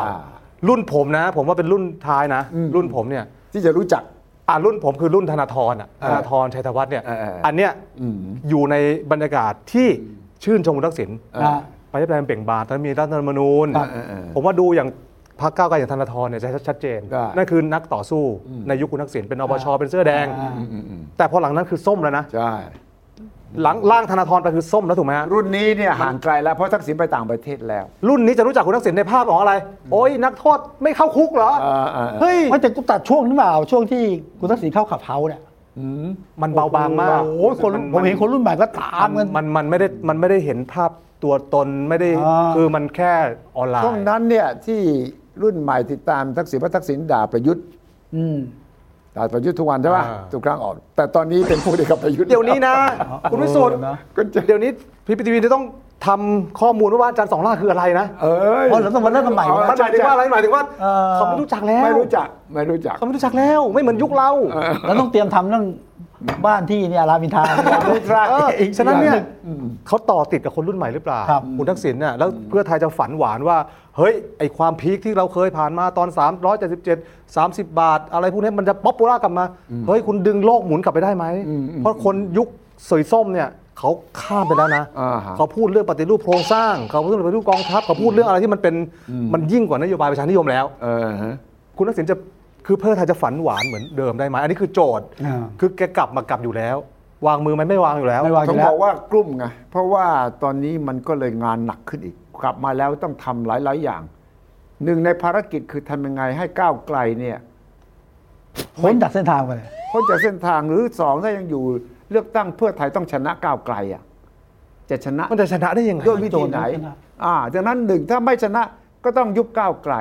รุ่นผมนะ ผมว่าเป็นรุ่นท้ายนะ รุ่นผมเนี่ย ที่จะรู้จัก อ่ารุ่นผมคือรุ่นธนาธรอ่ะธนาธรชัยธวัฒน์เนี่ย เออเออเอออั อันเนี้ย อืม อยู่ในบรรยากาศที่ชื่นชมคุณทักษิณ อ่า ไปได้แปลงเปล่งบานตอนมีรัฐธรรมนูญ เออเออ ผมว่าดูอย่างพรรคก้าวไกลอย่างธนาธรเนี่ยจะชัดเจน ได้ นั่นคือนักต่อสู้ในยุคคุณทักษิณเป็นอปชเป็นเสื้อแดง อ่า แต่พอหลังนั้นคือส้มแล้วนะ ใช่ หลังล่างธนาธรไปคือส้มแล้วถูกไหมฮะ รุ่นนี้เนี่ยห่างไกลแล้ว เพราะทักษิณไปต่างประเทศแล้ว รุ่นนี้จะรู้จักคุณทักษิณในภาพของอะไร โอ้ยนักโทษไม่เข้าคุกเหรอ เออเออเออ เฮ้ย ไม่แต่กูตัดช่วงหรือเปล่าช่วงที่คุณทักษิณเข้าขับเฮาส์เนี่ย มันเบาบางมาก โอ้โหคนผมเห็นคนรุ่นใหม่ก็ตามกัน มันมันไม่ได้มันไม่ได้เห็นภาพตัวตนไม่ได้ อ่า คือมันแค่ออนไล ช่วง น์ นั้นเนี่ยที่รุ่นใหม่ติดตามทักษิณเพราะทักษิณด่าประยุทธ์ อืม ด่าประยุทธ์ทุกวันใช่ป่ะ อ่า ทุกครั้งออก แต่ตอนนี้เป็นผู้เดียวกับประยุทธ์ เดี๋ยวนี้นะ คุณวิสุทธิ์ เออนะ ก็จะ เดี๋ยวนี้พีพีทีวีจะต้องทำข้อมูลว่าอาจารย์สองล่าคืออะไรนะ เอ้ย อ๋อเราต้องมาเริ่มกันใหม่ มัน นะ หมายถึงว่าอะไรหมายถึงว่า เออ เขาไม่รู้จักแล้ว ไม่รู้จักไม่รู้จัก เขาไม่รู้จักแล้วไม่เหมือนยุคเรา แล้วต้องเตรียมทำเรื่องบ้านที่เนี่ยรามอินทรา เออฉะนั้นเนี่ยเขาต่อติดกับคนรุ่นใหม่หรือเปล่า ครับ ณทักษิณเนี่ยแล้วเพื่อไทยจะฝันหวานว่า เฮ้ย ไอความพีคที่เราเคยผ่านมาตอน 377 30 บาท อะไรพวกนี้มันจะป๊อปปูล่ากลับมา เฮ้ย คุณดึงโลกหมุนกลับไปได้ไหม เพราะคนยุคสวยส้มเนี่ยเขาข้ามไปแล้วนะ อ่าฮะ เขาพูดเรื่องปฏิรูปโครงสร้าง เขาพูดเรื่องปฏิรูปกองทัพเขาพูดเรื่องอะไรที่มันเป็นมันยิ่งกว่านโยบายประชานิยมแล้ว เออฮะ คุณทักษิณจะคือเพื่อไทยจะฝันหวานเหมือนเดิมได้ไหมอันนี้คือโจทย์ อ่า คือแกกลับมากลับอยู่แล้ว วางมือไหมไม่วางอยู่แล้ว ไม่วางอ ต้อยู่ง แล้ บ ว อกว่ากลุ่มไงเพราะว่าตอนนี้มันก็เลยงานหนักขึ้นอีก กลับมาแล้วต้องทำหลาย ๆ อย่าง หนึ่งในภารกิจคือทำยังไงให้ก้าวไกลเนี่ย พ้นจากเส้นทางไปเลย พ้นจากเส้นทางหรือสองถ้ายังอยู่เลือกตั้งเพื่อไทยต้องชนะก้าวไกลอ่ะจะชนะ มันจะชนะได้ยังไง ด้วยวิธีไหน โจทย์นั้นชนะ อ่าดังนั้นหนึ่งถ้าไม่ชนะก็ต้องยุบก้าวไกล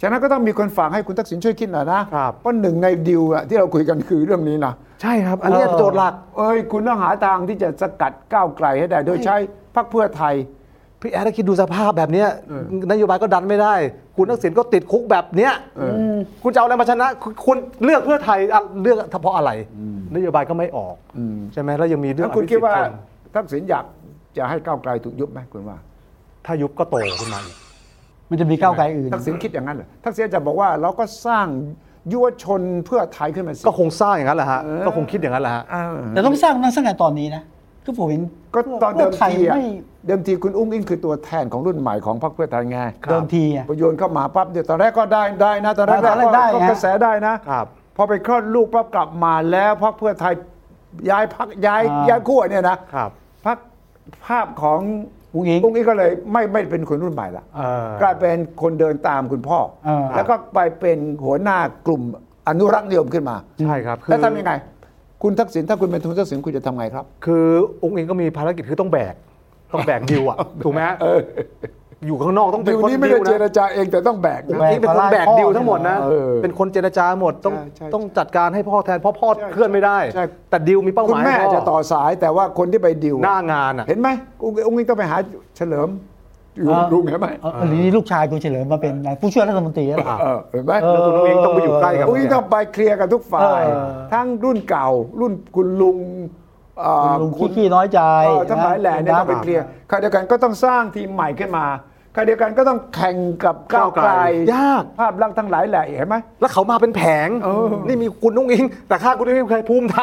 ฉะนั้นก็ต้องมีคนฝากให้คุณทักษิณช่วยคิดหน่อยนะครับ เพราะหนึ่งในดิวอะที่เราคุยกันคือเรื่องนี้นะ ใช่ครับ อันเนี้ย เออ โจทย์หลัก เอ้ยคุณต้องหาทางที่จะสกัดก้าวไกลให้ได้ โดยใช้พรรคเพื่อไทย พี่แอดถ้าคิดดูสภาพแบบเนี้ยนโยบายก็ดันไม่ได้ คุณทักษิณก็ติดคุกแบบเนี้ยคุณจะเอาอะไรมาชนะ คุณคุณเลือกเพื่อไทยอ่ะเลือกเฉพาะอะไร นโยบายก็ไม่ออก ใช่ไหมแล้วยังมีเรื่อ แล้ ง วคุณ อภิ คิดว่า สิทธิ์ชน ทักษิณอยากจะให้ก้าวไกลถูกยุบไหมคุณว่า ถ้ายุบก็โตขึ้นมาอีก มันจะมีก้าวไกลอื่น ทักษิณคิดอย่างนั้นเหรอทักษิณจะบอกว่าเราก็สร้างยุวชนเพื่อไทยขึ้นมาสิ ก็คงสร้างอย่างนั้นแหละฮะก็คงคิดอย่างนั้นแหละฮะ เออ แต่ต้องสร้างนั่นสร้างไงตอนนี้นะคือผมเห็น ก็ตอนเดิม พวกไทย ทีอะ ไม่ เดิมทีคุณอุ้งอิงคือตัวแทนของรุ่นใหม่ของพรรคเพื่อไทยไง เดิมทีอะ พอโยนเข้ามาปั๊บเดี๋ยวตอนแรกก็ได้ได้นะตอนแรก ตอนแรกได้ ก็ ฮะ กระแสได้นะครับ พอไปคลอดลูกปั๊บกลับมาแล้วพรรคเพื่อไทยย้ายพรรคย้ายย้ายขั้วเนี่ยนะครับ พรรคภาพของ อุ้งอิง อุ้งอิงก็เลยไม่ไม่เป็นคนรุ่นใหม่ละ เออ กลายเป็นคนเดินตามคุณพ่อ เออ แล้วก็ไปเป็นหัวหน้ากลุ่มอนุรักษ์นิยมขึ้นมา ใช่ครับคือ แล้วทำยังไง คุณทักษิณถ้าคุณเป็นคุณทักษิณคุณจะทำไงครับ คือองค์เองก็มีภารกิจคือต้องแบกต้องแบกดิวอะถูกไหมฮะอยู่ข้างนอกต้องเป็ ดิ น ว คน นี้ไม่ ดิ ได้ ว เจร นะ จาเองแต่ต้องแบก อง นะ ค์เองเป็นคนแบกดิวทั้งหมดนะ เออ เป็นคนเจรจาหมดต้อง ใช่ใช่ ต้องจัดการให้พ่อแทนเพราะพ่อ ใช่ เคลื่อนไม่ได้ ใช่ แต่ดิวมีเป้าห คุณ มาย แม่ ให้พ่ จะต่อสายแต่ว่าคนที่ไปดิว หน้างานอะ เห็นไหมองค์องค์นี้ต้องไปหาเฉลิมอยู่ อ่า รุงเห็นไหม เออหรือนี่ลูกชายคุณเฉลิมมาเป็นผู้ช่วยรัฐมนตรีแล้วเหรอ เออเห็นไหม เออ คุณองค์เองต้องไปอยู่ใกล้กับ องค์นี้ต้องไปเคลียร์กันทุกฝ่าย เออ ทั้งรุ่นเก่า รุ่นคุณลุงเอ่อ ลุงขี้ขี้น้อยใจ เออทั้งหลายแหล่เนี่ยต้องไปเคลียร์ขณะเดียวกันก็ต้องสร้างทีมใหม่ขึ้นมาขณะเดียวกันก็ต้องแข่งกับก้าวไกล ยาก ภาพลักษณ์ทั้งหลายแหล่เห็นไหม แล้วเขามาเป็นแผงนี่มีคุณนุ่งอิง แต่ข้าคุณนุ่งอิงเคยภูมิท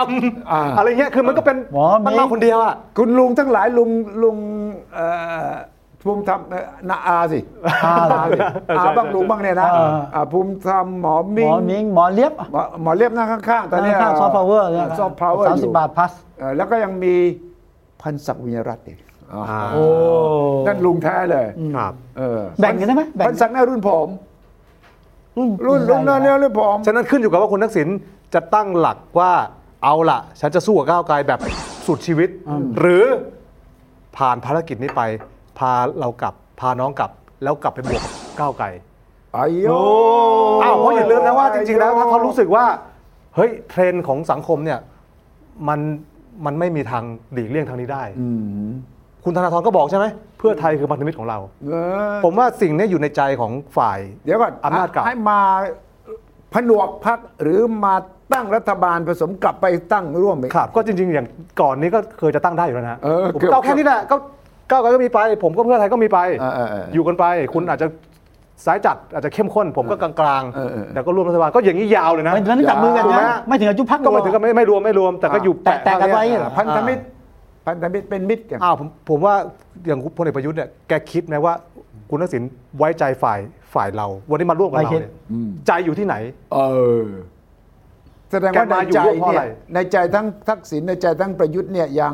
อ่า ำอะไรเงี้ยคือมันก็เป็น หมอ มัน เมฆ มาคนเดียวอะ คุณลุงทั้งหลายลุงลุงเอ่อภูมิธรรมเอ่อนาอาสิอาสิอาบ้างลุงบ้างเนี่ยนะ เออ อ่าภูมิธรรมหมอ หม มิง อมิงหมอเลียบ หมอหมอเลียบนั่งข้างๆตอนเนี้ ข้างๆ soft power เนี่ยนะ ซอฟพาวเวอร์ 30บาท plus แล้วก็ยังมีพันศักดิ์วิญญารัตน์อีก อ่า โอ้ นั่นลุงแท้เลย ครับ เออ แบ่งกันได้ไหมแบ่ง พันศักดิ์หน้ารุ่นผม รุ่น รุ่นลุงหน้าเนี่ยรุ่นผม ฉะนั้นขึ้นอยู่กับว่าคุณทักษิณจะตั้งหลักว่าเอาล่ะ ฉันจะสู้กับก้าวไกลแบบสุดชีวิต หรือผ่านภารกิจนี้ไป พาเรากลับพาน้องกลับ แล้วกลับไปบวกก้าวไกล ไอ้โย อ้าวเพราะอย่าลืมนะว่าจริงๆแล้วถ้าเขารู้สึกว่า เฮ้ยเทรนด์ของสังคมเนี่ยมันมันไม่มีทางหลีกเลี่ยงทางนี้ได้ อืม คุณธนาธรก็บอกใช่ไหมเพื่อไทยคือพันธมิตรของเรา เออ ผมว่าสิ่งเนี้อยู่ในใจของฝ่าย เดี๋ยวก่อน อำนาจเก่า ให้มาผนวกพักหรือมาตั้งรัฐบาลผสมกลับไปตั้งร่วมอีก ครับก็จริง ๆ อย่างก่อนนี้ก็เคยจะตั้งได้อยู่แล้วนะ เออ ผม เกือบ ก็เอาแค่นี้แหละก็ก้าวไกลก็มีไป ผมก็เพื่อไทยก็มีไป เออเออเอออ อยู่กันไป คุณอาจจะสายจัดอาจจะเข้มข้น ผมก็กลาง เออเออเออ ๆแต่ก็ร่วมรัฐบาลก็อย่างนี้ยาวเลยนะ ไม่ถึงจับมือกัน ถู นะ ไหมฮ ไม่ถึงอายุพัก ก็ไม่ถึงกับไม่ไม่รวมไม่รวมแต่ก็อยู่ แต่แต่กันไว้ เท่าเย พันธมิตร พันธมิตรเป็นมิตรกัน อ้าวผมผมว่าอย่างพลเอกประยุทธ์เนี่ยแกคิดไหมว่าคุณทักษิณไว้ใจฝ่ายฝ่ายเรา วันนี้มาร่วมกับ ไม่ เรา คิด เนี่ยใจอยู่ที่ไหน เออแสดงว่า แก ใน มาอยู่ ใจ ร่วมเพราะ เนี่ อะ ย ไร ในใจทั้งทักษิณในใจทั้งประยุทธ์เนี่ยยัง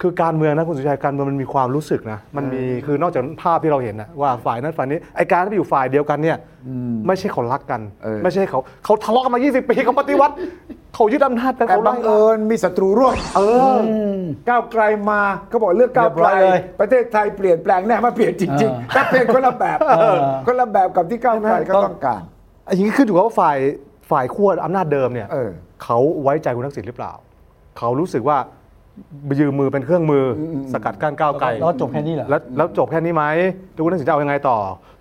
คือการเมืองนะคุณสุชัยการเมืองมันมีความรู้สึกนะมันมีคือนอกจากภาพที่เราเห็นนะว่าฝ่ายนั้นฝ่ายนี้ไอการที่ไปอยู่ฝ่ายเดียวกันเนี่ยไม่ใช่เขารักกัน เออ ไม่ใช่เขาเขาทะเลาะกันมา 20 ปีเขาปฏิวัติ เขายึดอำนาจกัน แต่ เขา บั ไล่ งเอิญมีศัตรูร่วม เอออ ก้าวไกลมาเขาบอกเลือกก้าวไกเรียบร้ลอยเลย ประเทศไทยเปลี่ยนแปลงแน่มาเปลี่ยนจริง เออ ๆแต่เปลี่ยนคนละแบบคนละแบบกับที่ก้าวไกลก็ต้องการ อันนี้ขึ้นอยู่กับว่าฝ่ายฝ่ายขั้วอำนาจเดิมเนี่ย เออ เขาไว้ใจคุณทักษิณหรือเปล่า เขารู้สึกว่ายืมมือเป็นเครื่องมืออสกัดกั้นก้าวไกล แล้วจบแค่นี้เหรอ แล้วแล้วจบแค่นี้ไหมแล้วคุณทักษิณจะเอายังไงต่อ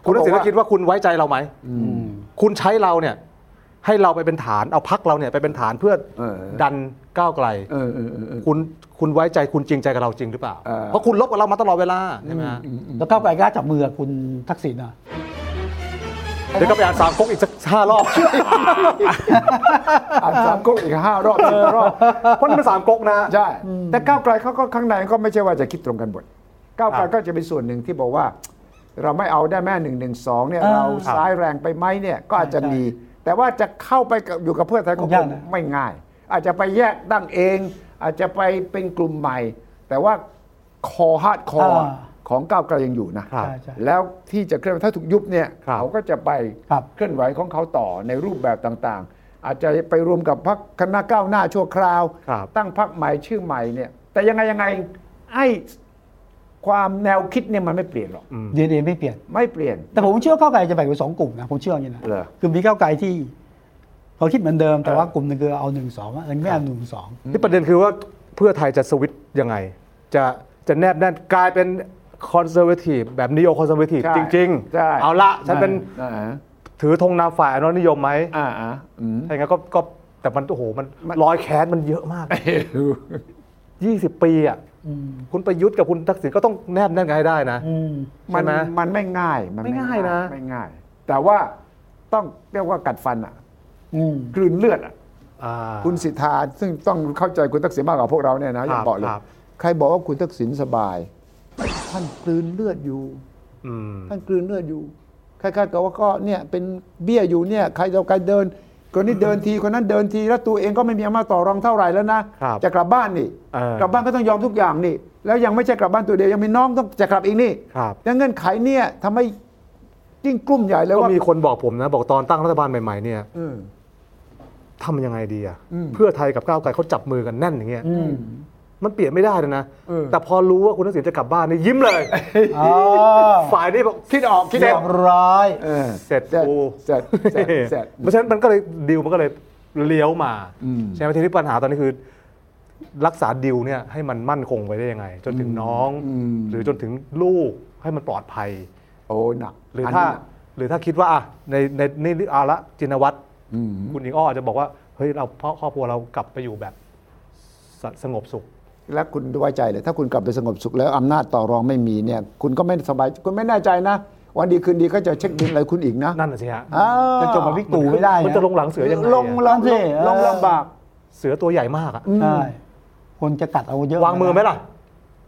คุณทักษิณ เขาบอก ก็ ว่า คิดว่าคุณไว้ใจเราไหมคุณใช้เราเนี่ย ให้เราไปเป็นฐานเอาพักเราเนี่ยไปเป็นฐานเพื่อดันก้าวไกล เออเออเออเออ คุณคุณไว้ใจคุณจริงใจกับเราจริงหรือเปล่า เออ เพราะคุณลบกับเรามาตลอดเวลาใช่ไหมฮะ แล้วก้าวไกลกล้าจับมือกับคุณทักษิณเหรอ่ะ เดี๋ยวก็ไปอ่านสามก๊กอีกสักห้ารอบ อ่านสามก๊กอีกห้ารอบสิบรอบ เพราะนี่มันสามก๊กนะ ใช่แต่ก้าวไกลเขาก็ข้างในก็ไม่ใช่ว่าจะคิดตรงกันหมดก้าวไกลก็จะเป็นส่วนหนึ่งที่บอกว่า เราไม่เอาได้แม่หนึ่งหนึ่งสองเนี่ยเราซ้ายแรงไปไหมเนี่ยก็อาจจะมี แต่ว่าจะเข้าไปกับอยู่กับเพื่อไทย ก็คงไม่ง่าย อาจจะไปแยกตั้งเอง อาจจะไปเป็นกลุ่มใหม่ แต่ว่าคอฮาร์ดคอร์ของก้าวไกลยังอยู่นะ ครับ ใช่ใช่ แล้วที่จะเคลื่อนไหวถ้าถูกยุบเนี่ย ครับ เขาก็จะไป ครับ เคลื่อนไหวของเขาต่อในรูปแบบต่างๆ อาจจะไปรวมกับพรรคคณะก้าวหน้าชั่วคราว ครับ ตั้งพรรคใหม่ชื่อใหม่เนี่ย แต่ยังไงยังไงไอ้ความแนวคิดเนี่ยมันไม่เปลี่ยนหรอก ดีเอ็นเอไม่เปลี่ยน ไม่เปลี่ยน แต่ผมเชื่อว่าก้าวไกลจะแบ่งเป็นสองกลุ่มนะผมเชื่ออย่างนี้นะ เหรอ คือมีก้าวไกลที่เขาคิดเหมือนเดิมแต่ว่ากลุ่มหนึงคือเอาหนึ่งสองอันนี้ไม่เอาหนึ่งสอง ที่ประเด็นคือว่าเพื่อไทยจะสวิตช์ยังไง จะจะแนบแน่นกลายเป็นคอนเซอร์เวทีฟแบบนิโอคอนเซอร์เวทีฟ ใช่ จริง ใช่ ๆ เอาละฉันเป็น อ่าฮะ ถือธงนามฝ่ายอนุรักษนิยมไหม อ่าอ่าอืม ถ้าอย่างนั้นก็ก็แต่มันโอ้โหมัน มัน ร้อยแค้นมันเยอะมาก 20 ปีอ่ะคุณประยุทธ์กับคุณทักษิณก็ต้องแนบแน่นกันให้ได้นะ มัใช่นไหม มันไม่ง่ายน ไม่ง่ายนะ ไม่ง่าย แต่ว่าต้องเรียกว่ากัดฟันอ่ะกลืนเลือดอ่ะ อ่า คุณสิทธาซึ่งต้องเข้าใจคุณทักษิณมากกว่าพวกเราเนี่ยนะอย่า ครับ บอกเลย ครับ ใครบอกว่าคุณทักษิณสบาย ท่านกลืนเลือดอยู่ อืม ท่านกลืนเลือดอยู่คล้ายๆกับว่าก็เนี่ยเป็นเบี้ยอยู่เนี่ยใครจะเอาใครเดินคนนี้เดินทีคนนั้นเดินทีแล้วตัวเองก็ไม่มีอำนาจต่อรองเท่าไหร่แล้วนะครับ จะกลับบ้านนี่ เออก ลับบ้านก็ต้องยอมทุกอย่างนี่ แล้วยังไม่ใช่กลับบ้านตัวเดียวยังมีน้องต้องจะกลับอีกนี่ ครับ ดังเงื่อนไขเนี่ยทำให้ยิ่งกลุ่มใหญ่เลย ก็ ว่า มีคนบอกผมนะ บอกตอนตั้งรัฐบาลใหม่ๆเนี่ย อืม ทำยังไงดีอ่ะเพื่อไทยกับก้าวไกลเขาจับมือกันแน่นอย่างเงี้ยมันเปลี่ยนไม่ได้เลยนะ เออ แต่พอรู้ว่าคุณทักษิณจะกลับบ้านนี่ยิ้มเลย อ๋อ ฝ่ายนี้บอก คิดออกคิด เรี อย อก บร้อย เออ เสร็จ เสร็จ กู เสร็จเสร็จเสร็จ เพราะฉะนั้นมันก็เลยดิวมันก็เลยเลี้ยวมา อืม ใช่ไหมทีนี้ปัญหาตอนนี้คือ รักษาดิวเนี่ยให้มันมั่นคงไว้ได้ยังไง จนถึงน้อง หรือจนถึงลูกให้มันปลอดภัย โอ้หนัก หรือน ถ้า นี้หนัก หรือถ้าคิดว่าอ่ะในในนี่เอาละจินวัตรคุณหญิงอ้ออาจจะบอกว่าเฮ้ยเราพ่อครอบครัวเรากลับไปอยู่แบบสสงบสุข และคุณไว้ใจเลย ถ้าคุณกลับไปสงบสุขแล้วอำนาจต่อรองไม่มีเนี่ย คุณก็ไม่สบายคุณไม่แน่ใจนะ วันดีคืนดีก็จะเช็คบินอะไรคุณอีกนะ นั่นน่ะสิฮะ อ้า จะจบแบบวิกตู่ไม่ได้ มันจะลงหลังเสือยังไงอะ ลงลง สิเออ ลงลำบาก เสือตัวใหญ่มากอะ ใช่คนจะกัดเอาเยอะ วางมือไหมล่ะ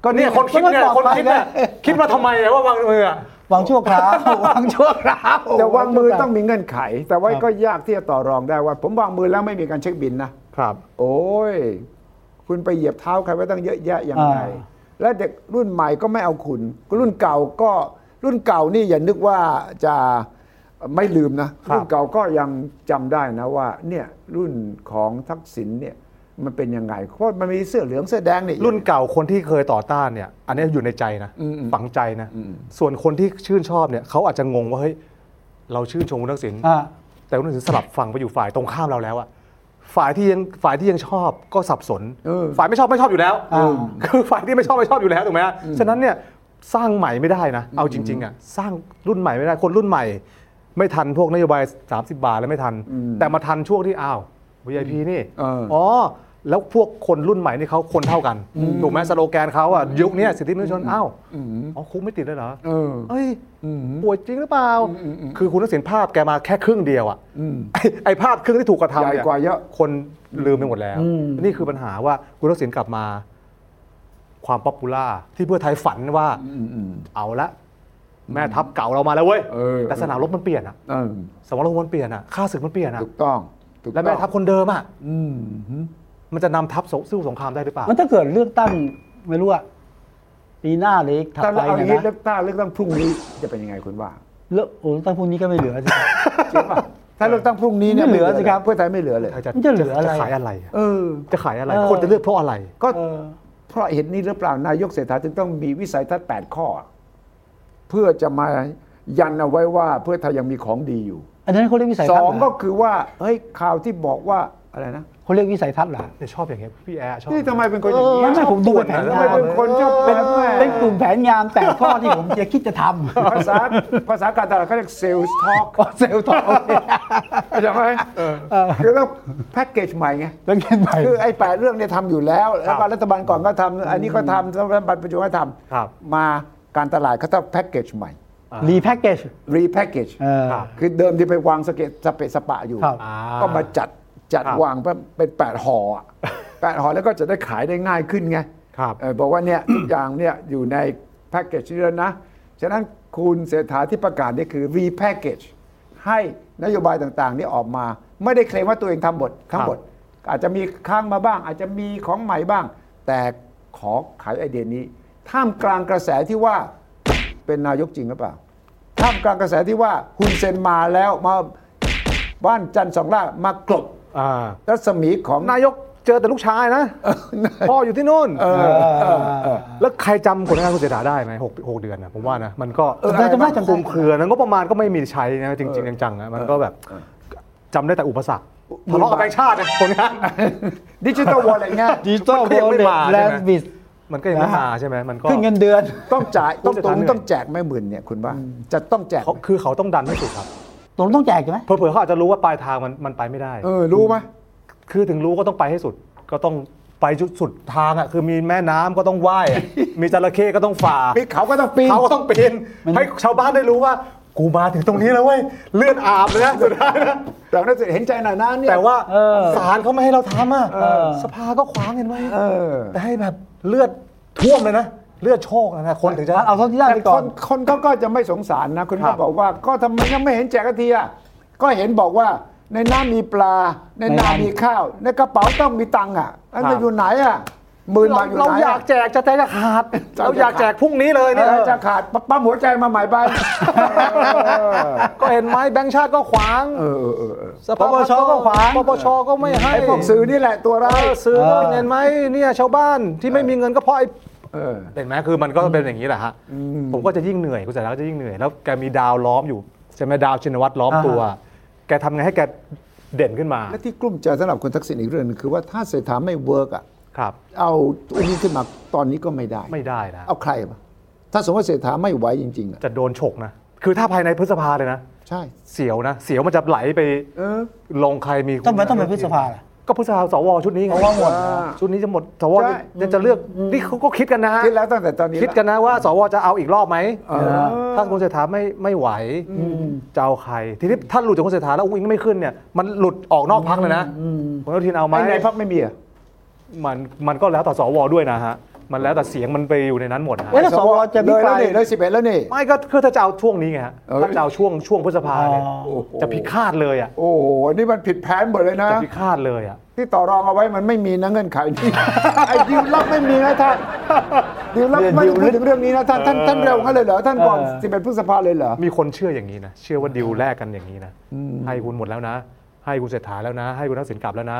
ก็ เนี่ เนี่ย ย คนคิดเนี่ย ก็ ค ไม่ น ปลอดภัย คิดเนี่ย ไง คิดมาทำไมอะว่าวางมืออะ วางชั่วคราววางชั่วคราว แต่วางมือต้องมีเงื่อนไข แต่ว่าก็ยากที่จะต่อรองได้ว่า ผมวางมือแล้วไม่มีการเช็คบินนะ ครับ โอ้ย คุณไปเหยียบเท้าใครไว้ตั้งเยอะแยะยังไง และเด็กรุ่นใหม่ก็ไม่เอาคุณรุ่นเก่าก็รุ่นเก่านี่อย่านึกว่าจะไม่ลืมนะครับ รุ่นเก่าก็ยังจำได้นะว่าเนี่ยรุ่นของทักษิณเนี่ยมันเป็นยังไงเพราะมันมีเสื้อเหลืองเสื้อแดงนี่ รุ่นเก่าคนที่เคยต่อต้านเนี่ย อันนี้อยู่ในใจนะ อืมอืม ฝังใจนะ อืม ส่วนคนที่ชื่นชอบเนี่ยเขาอาจจะงงว่าเฮ้ยเราชื่นชมคุณทักษิณ อ่า แต่คุณทักษิณสลับฝั่งไปอยู่ฝ่ายตรงข้ามเราแล้วอะฝ่ายที่ยังฝ่ายที่ยังชอบก็สับสน เออ ฝ่ายไม่ชอบไม่ชอบอยู่แล้ว อ่า คือฝ่ายที่ไม่ชอบไม่ชอบอยู่แล้วถูกไหมฮะฉะนั้นเนี่ยสร้างใหม่ไม่ได้นะ เอาจริงๆอ่ะสร้างรุ่นใหม่ไม่ได้คนรุ่นใหม่ ไม่ทันพวกนโยบาย 30 บาทแล้วไม่ทัน อืม แต่มาทันช่วงที่อ้าว VIP นี่ เอออ๋ อ๋อแล้วพวกคนรุ่นใหม่นี่เขาคนเท่ากันถูกไหมสโลแกนเขาอ่ะยุคเนี้ยสิทธิมนุษยชนอ้าวอ๋อคุกไม่ติดเลยเหรอ เออ เอ้ยป่วยจริงหรือเปล่า คือคุณทักษิณภาพแกมาแค่ครึ่งเดียวอ่ะไอ้ไอ้ภาพครึ่งที่ถูกกระทำนี่ ใหญ่กว่าเยอะ คนลืมไปหมดแล้ว อืม นี่คือปัญหาว่าคุณทักษิณกลับมา ความป๊อปปูล่าที่เพื่อไทยฝันว่า อืมอืม เอาละแม่ทัพเก่าเรามาแล้วเว้ย เออ แต่สนามรบมันเปลี่ยนอะ เออ สมรภูมิมันเปลี่ยนอะค่าศึกมันเปลี่ยนอะ ถูกต้องถูก และ ต้ แม่ อง ทัพคนเดิมอะ อืมฮึ มันจะนำทัพสู้สู้สงครามได้หรือเปล่า มันถ้าเกิดเลือกตั้งไม่รู้อะปีหน้าหรือถัด แต่ ไป เราเอาอย่างนี้ เนี่ย เลื นะ อกตั้งเลือกตั้งพรุ่งนี้จะเป็นยังไงคุณว่า เลือกโอ้ตั้งพรุ่งนี้ก็ไม่เหลือสิ จริงป่ะถ้าเลือกตั้งพรุ่งนี้เนี่ย ไม่เหลือสิครับ เพื่อไทยไม่เหลือเลย ใครจะ มันจะเหลืออะไร จะขายอะไรอะ เออ จะขายอะไร เออ คนจะเลือกเพราะอะไร ก็ เออ เพราะเห็นนี้หรือเปล่านายกเศรษฐาจึงต้องมีวิสัยทัศน์ 8 ข้อ เพื่อจะมายันเอาไว้ว่าเพื่อไทยยังมีของดีอยู่ อันนั้นเขาเรียกวิสัย ส ทัศ อง น์เหร ก็ อ คือว่าเฮ้ยข่าวที่บอกว่าอะไรนะ เขาเรียกวิสัยทัศน์เหรอ เนี่ยชอบอย่างเงี้ยพี่แอร์ชอบ นี่ทำไมเป็นคนอย่างนี้ เออไม่ผมดูเป็นแผน ทำไมเป็นคนชอบเป็นแม่ เป็นกลุ่มแผนงานแต่ข้อที่ผมจะคิดจะท ภาษาภาษาการตลาดเขาเรียกเซลล์ทอล์ก ำเซลล์ต่อโอเค ใช่ไหมคือต้องแพ็กเกจใหม่ไง แล้วเงินใหม่ คือไอ้แปดเรื่องเนี่ยทำอยู่แล้ว แล้วก็รัฐบาลก่อนก็ทำอันนี้ก็ทำรัฐบาลปัจจุบันก็ท ครับ ำมาการตลาดเขาต้องแพ็กเกจใหม่ รีแพ็กเกจ รีแพ็กเกจ เออ ครับ คือเดิมที่ไปวางสเก็ตสเปะสปะอยู่ ครับ อ่า ก็มาจัดจัด ครับ วางเป็นแปดห่ออะแปดห่อแล้วก็จะได้ขายได้ง่ายขึ้นไง ครับ เออบอกว่าเนี่ย ทุกอย่างเนี่ยอยู่ในแพ็กเกจนี้แล้วนะ ฉะนั้นคุณเศรษฐาที่ประกาศนี่คือรีแพ็กเกจให้นโยบายต่างๆนี่ออกมา ไม่ได้เคลมว่าตัวเองทำหมดทั้งหมด อาจจะมีค้างมาบ้าง อาจจะมีของใหม่บ้าง แต่ขอขายไอเดียนี้ ท่ามกลางกระแสที่ว่าเป็นนายกจริงหรือเปล่า ท่ามกลางกระแสที่ว่าฮุนเซนมาแล้วมาบ้านจันทร์สองล่ามากลบ อ่า รัศมี ของ นายกเจอแต่ลูกชายนะพ่ออยู่ที่นู่น เออเออเออ แล้วใครจำผลงานคุณเศรษฐาได้ไหมหกหกเดือนนะผมว่านะมันก็ เออ น่าจะน่าจะ คุมเครือนะงบประมาณก็ไม่มีใช้นะจริง ๆ จังๆนะมันก็แบบจำได้แต่อุปสรรคทะเลาะกับแบงค์ชาตินะผลงาน ดิจิตอลวอลเล็ตเนี่ย ดิจิตอล มันก็ โว ยัง ล ไม่ เล็ตแลมาใช่ น ไหม ด์บิส มันก็ยังไม่มาใช่ไหมมันก็ ขึ้นเงินเดือน ต้องจ่าย ต้องตรงต้องแจกไม่หมื่นเนี่ยคุณว่าจะต้องแจก เขาคือเขาต้องดันให้สุดครับ ตรงต้องแจกใช่ไหม เผลอๆเขาอาจจะรู้ว่าปลายทางมันมันไปไม่ได้ เออรู้ไหม คือถึงรู้ก็ต้องไปให้สุด ก็ต้องไปจุดสุดทางอ่ะคือมีแม่น้ำก็ต้องว่ายอะมีจระเข้ก็ต้องฝ่า ปีเขาก็ต้องปีน เขาก็ต้องปีนให้ชาวบ้านได้รู้ว่า กูมาถึงตรงนี้แล้วเว้ยเลือดอาบเลย นะสุดท้ายนะ แต่นั้นเห็นใจหน่อยนะเนี่ย แต่ว่า เออ ศาลเขาไม่ให้เราทำอ่ะ อ สภาก็ขวางกันไว้ เออ แต่ให้แบบเลือดท่วมเลยนะ เลือดโชกเลยนะ คนถึงจะ เอาเท่าที่ได้ไป แต่ ก่ ค อน นคนเขาก็จะไม่สงสารนะคุณ ครับก็บอกว่าก็ทำไมยังไม่เห็นแจกกะทีอ่ะก็เห็นบอกว่าในน้ำมีปลาในนามีข้าว ในกระเป๋าต้องมีตังค์อ่ะอันนั้นอยู่ไหนอ่ะหมื่น เรา บาทอเรายู่ไหนอะ อยากแจกจะใจจะขาด จะ เราอยากแจกพรุ่งนี้เลย เอ เนี่ย อจะขาดปั๊มหัวใจมาใหม่ไป ก็เห็นไหมแบงค์ชาติก็ขวาง เออเออเออ สภาพัฒน์ปปชก็ไม่ให้ ไอ้พวกสื่อนี่แหละตัวร้า เอย อซื้อก็เห็นไหมเนี่ยชาวบ้านที่ไม่มีเงินก็เพราะไอ้ เออ เห็นไหมคือมันก็เป็นอย่างนี้แหละฮะผมก็จะยิ่งเหนื่อยคุณสายรักก็จะยิ่งเหนื่อยแล้วแกมีดาวล้อมอยู่ใช่ไหมดาวชินวัตรล้อมตัว แกทำไงให้แกเด่นขึ้นมา และที่กลุ้มใจสำหรับคุณทักษิณอีกเรื่องหนึงคือว่าถ้าเศรษฐาไม่เวิร์กอ่ะ ครับ เอาอุ้งอิงขึ้นมาตอนนี้ก็ไม่ได้ ไม่ได้นะ เอาใครมาถ้าสมมติว่าเศรษฐาไม่ไหวจริง ๆ อ่ะ จะโดนฉกนะ คือถ้าภายในพฤษภาเลยนะ ใช่ เสียวนะ เสียวมันจะไหลไป เออ ลงใครมี ต้องไปต้องไปพฤษภาล่ะ ก็พฤษภาสวชุดนี้ไง สวหมด ชุดนี้จะหมดสว ใช่ จะจะเลือกนี่เขาก็คิดกันนะฮะ คิดแล้วตั้งแต่ตอนนี้ คิดกันนะว่า สวจะเอาอีกรอบไหม เออ ถ้าคุณเศรษฐาไม่ไม่ไหวจะเอาใคร ทีนี้ถ้าหลุดจากคุณเศรษฐาแล้วอุ้งอิงไม่ขึ้นเนี่ยมันหลุดออกนอกพักเลยนะคุณอนุทินเอาไหม ไอ้ในพักไม่มีอ่ะ มันมันก็แล้วแต่สวด้วยนะฮะ มันแล้วแต่เสียงมันไปอยู่ในนั้นหมดฮะ เอ๊ะแล้วสวจะ เล พิ ย ป แล้ว ราย นี่เลยสิบเอ็ดแล้วนี่ ไม่ก็คือถ้าจะเอาช่วงนี้ไงฮะ เอ้ย ถ้าจะเอาช่วงช่วงพฤษภาเนี่ย อ๋อ โอ้โห จะพิฆาตเลยอ่ะ โอ้โหนี่มันผิดแผนหมดเลยนะ จะพิฆาตเลยอ่ะ ที่ต่อรองเอาไว้มันไม่มีนะเงื่อนไข นี่ ไอ้ดิวลับไม่มีนะท่านดิวลับไม่ได้พูดถึงเรื่องนี้นะท่านท่านท่านเร็วงั้นเลยเหรอท่านก่อนสิบเอ็ดพฤษภาเลยเหรอ มีคนเชื่ออย่างนี้นะเชื่อว่าดิวแลกกันอย่างนี้นะให้คุณหมดแล้วนะ ให้คุณเศรษฐาแล้วนะ ให้คุณทักษิณกลับแล้วนะ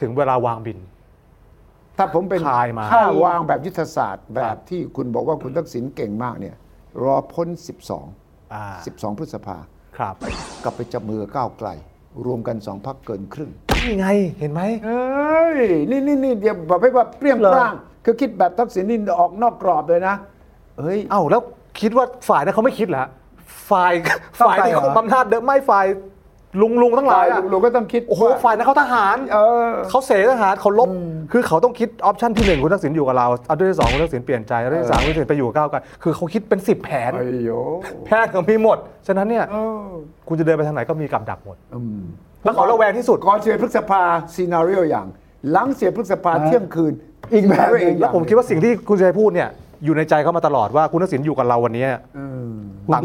ถึงเวลาวางบิน ถ้าผมเป็น คายมา ถ้าวางแบบยุทธศาสตร์แบบที่คุณบอกว่าคุณทักษิณเก่งมากเนี่ย รอพ้น 12 อ่า 12 พฤษภา ครับ กลับไปจับมือก้าวไกล รวมกันสองพักเกินครึ่ง นี่ไงเห็นไหม เอ้ยนี่นี่นี่เดี๋ยวแบบไม่ว่าเปรี้ยงปร้าง คือคิดแบบทักษิณนี่ออกนอกกรอบเลยนะ เฮ้ย เอ้าแล้วคิดว่าฝ่ายนั้นเขาไม่คิดเหรอฮะฝ่าย เข้า ฝ่าย ใจ ที่ เหรอ คุมอำนาจเดิมไม่ฝ่ายลุงลุงๆทั้งหลายอะ ลุงๆก็ต้องคิด โอ้โห ว่า ฝ่ายนั้นเขาทหาร เออ เขาเสทหารเขาลบคือเขาต้องคิดออปชันที่หนึ่งคุณทักษิณอยู่กับเราอันที่สองคุณทักษิณเปลี่ยนใจอันที่สามคุณทักษิณไปอยู่กับก้าวไกลคือเขาคิดเป็นสิบแผน ไอ้โย แผนของพี่หมด ฉะนั้นเนี่ย เออ คุณจะเดินไปทางไหนก็มีกับดักหมด อืม แล้วเขาระแวงที่สุด ก่อนเสียพฤษภาซีนารีโออย่าง หลังเสียพฤษภาเที่ยงคืน อีกแบบหนึ่ง แล้วผมคิดว่าสิ่งที่คุณชัยพูดเนี่ยอยู่ในใจเขามาตลอดว่าคุณทักษิณอยู่กับเราวันนี้ อืม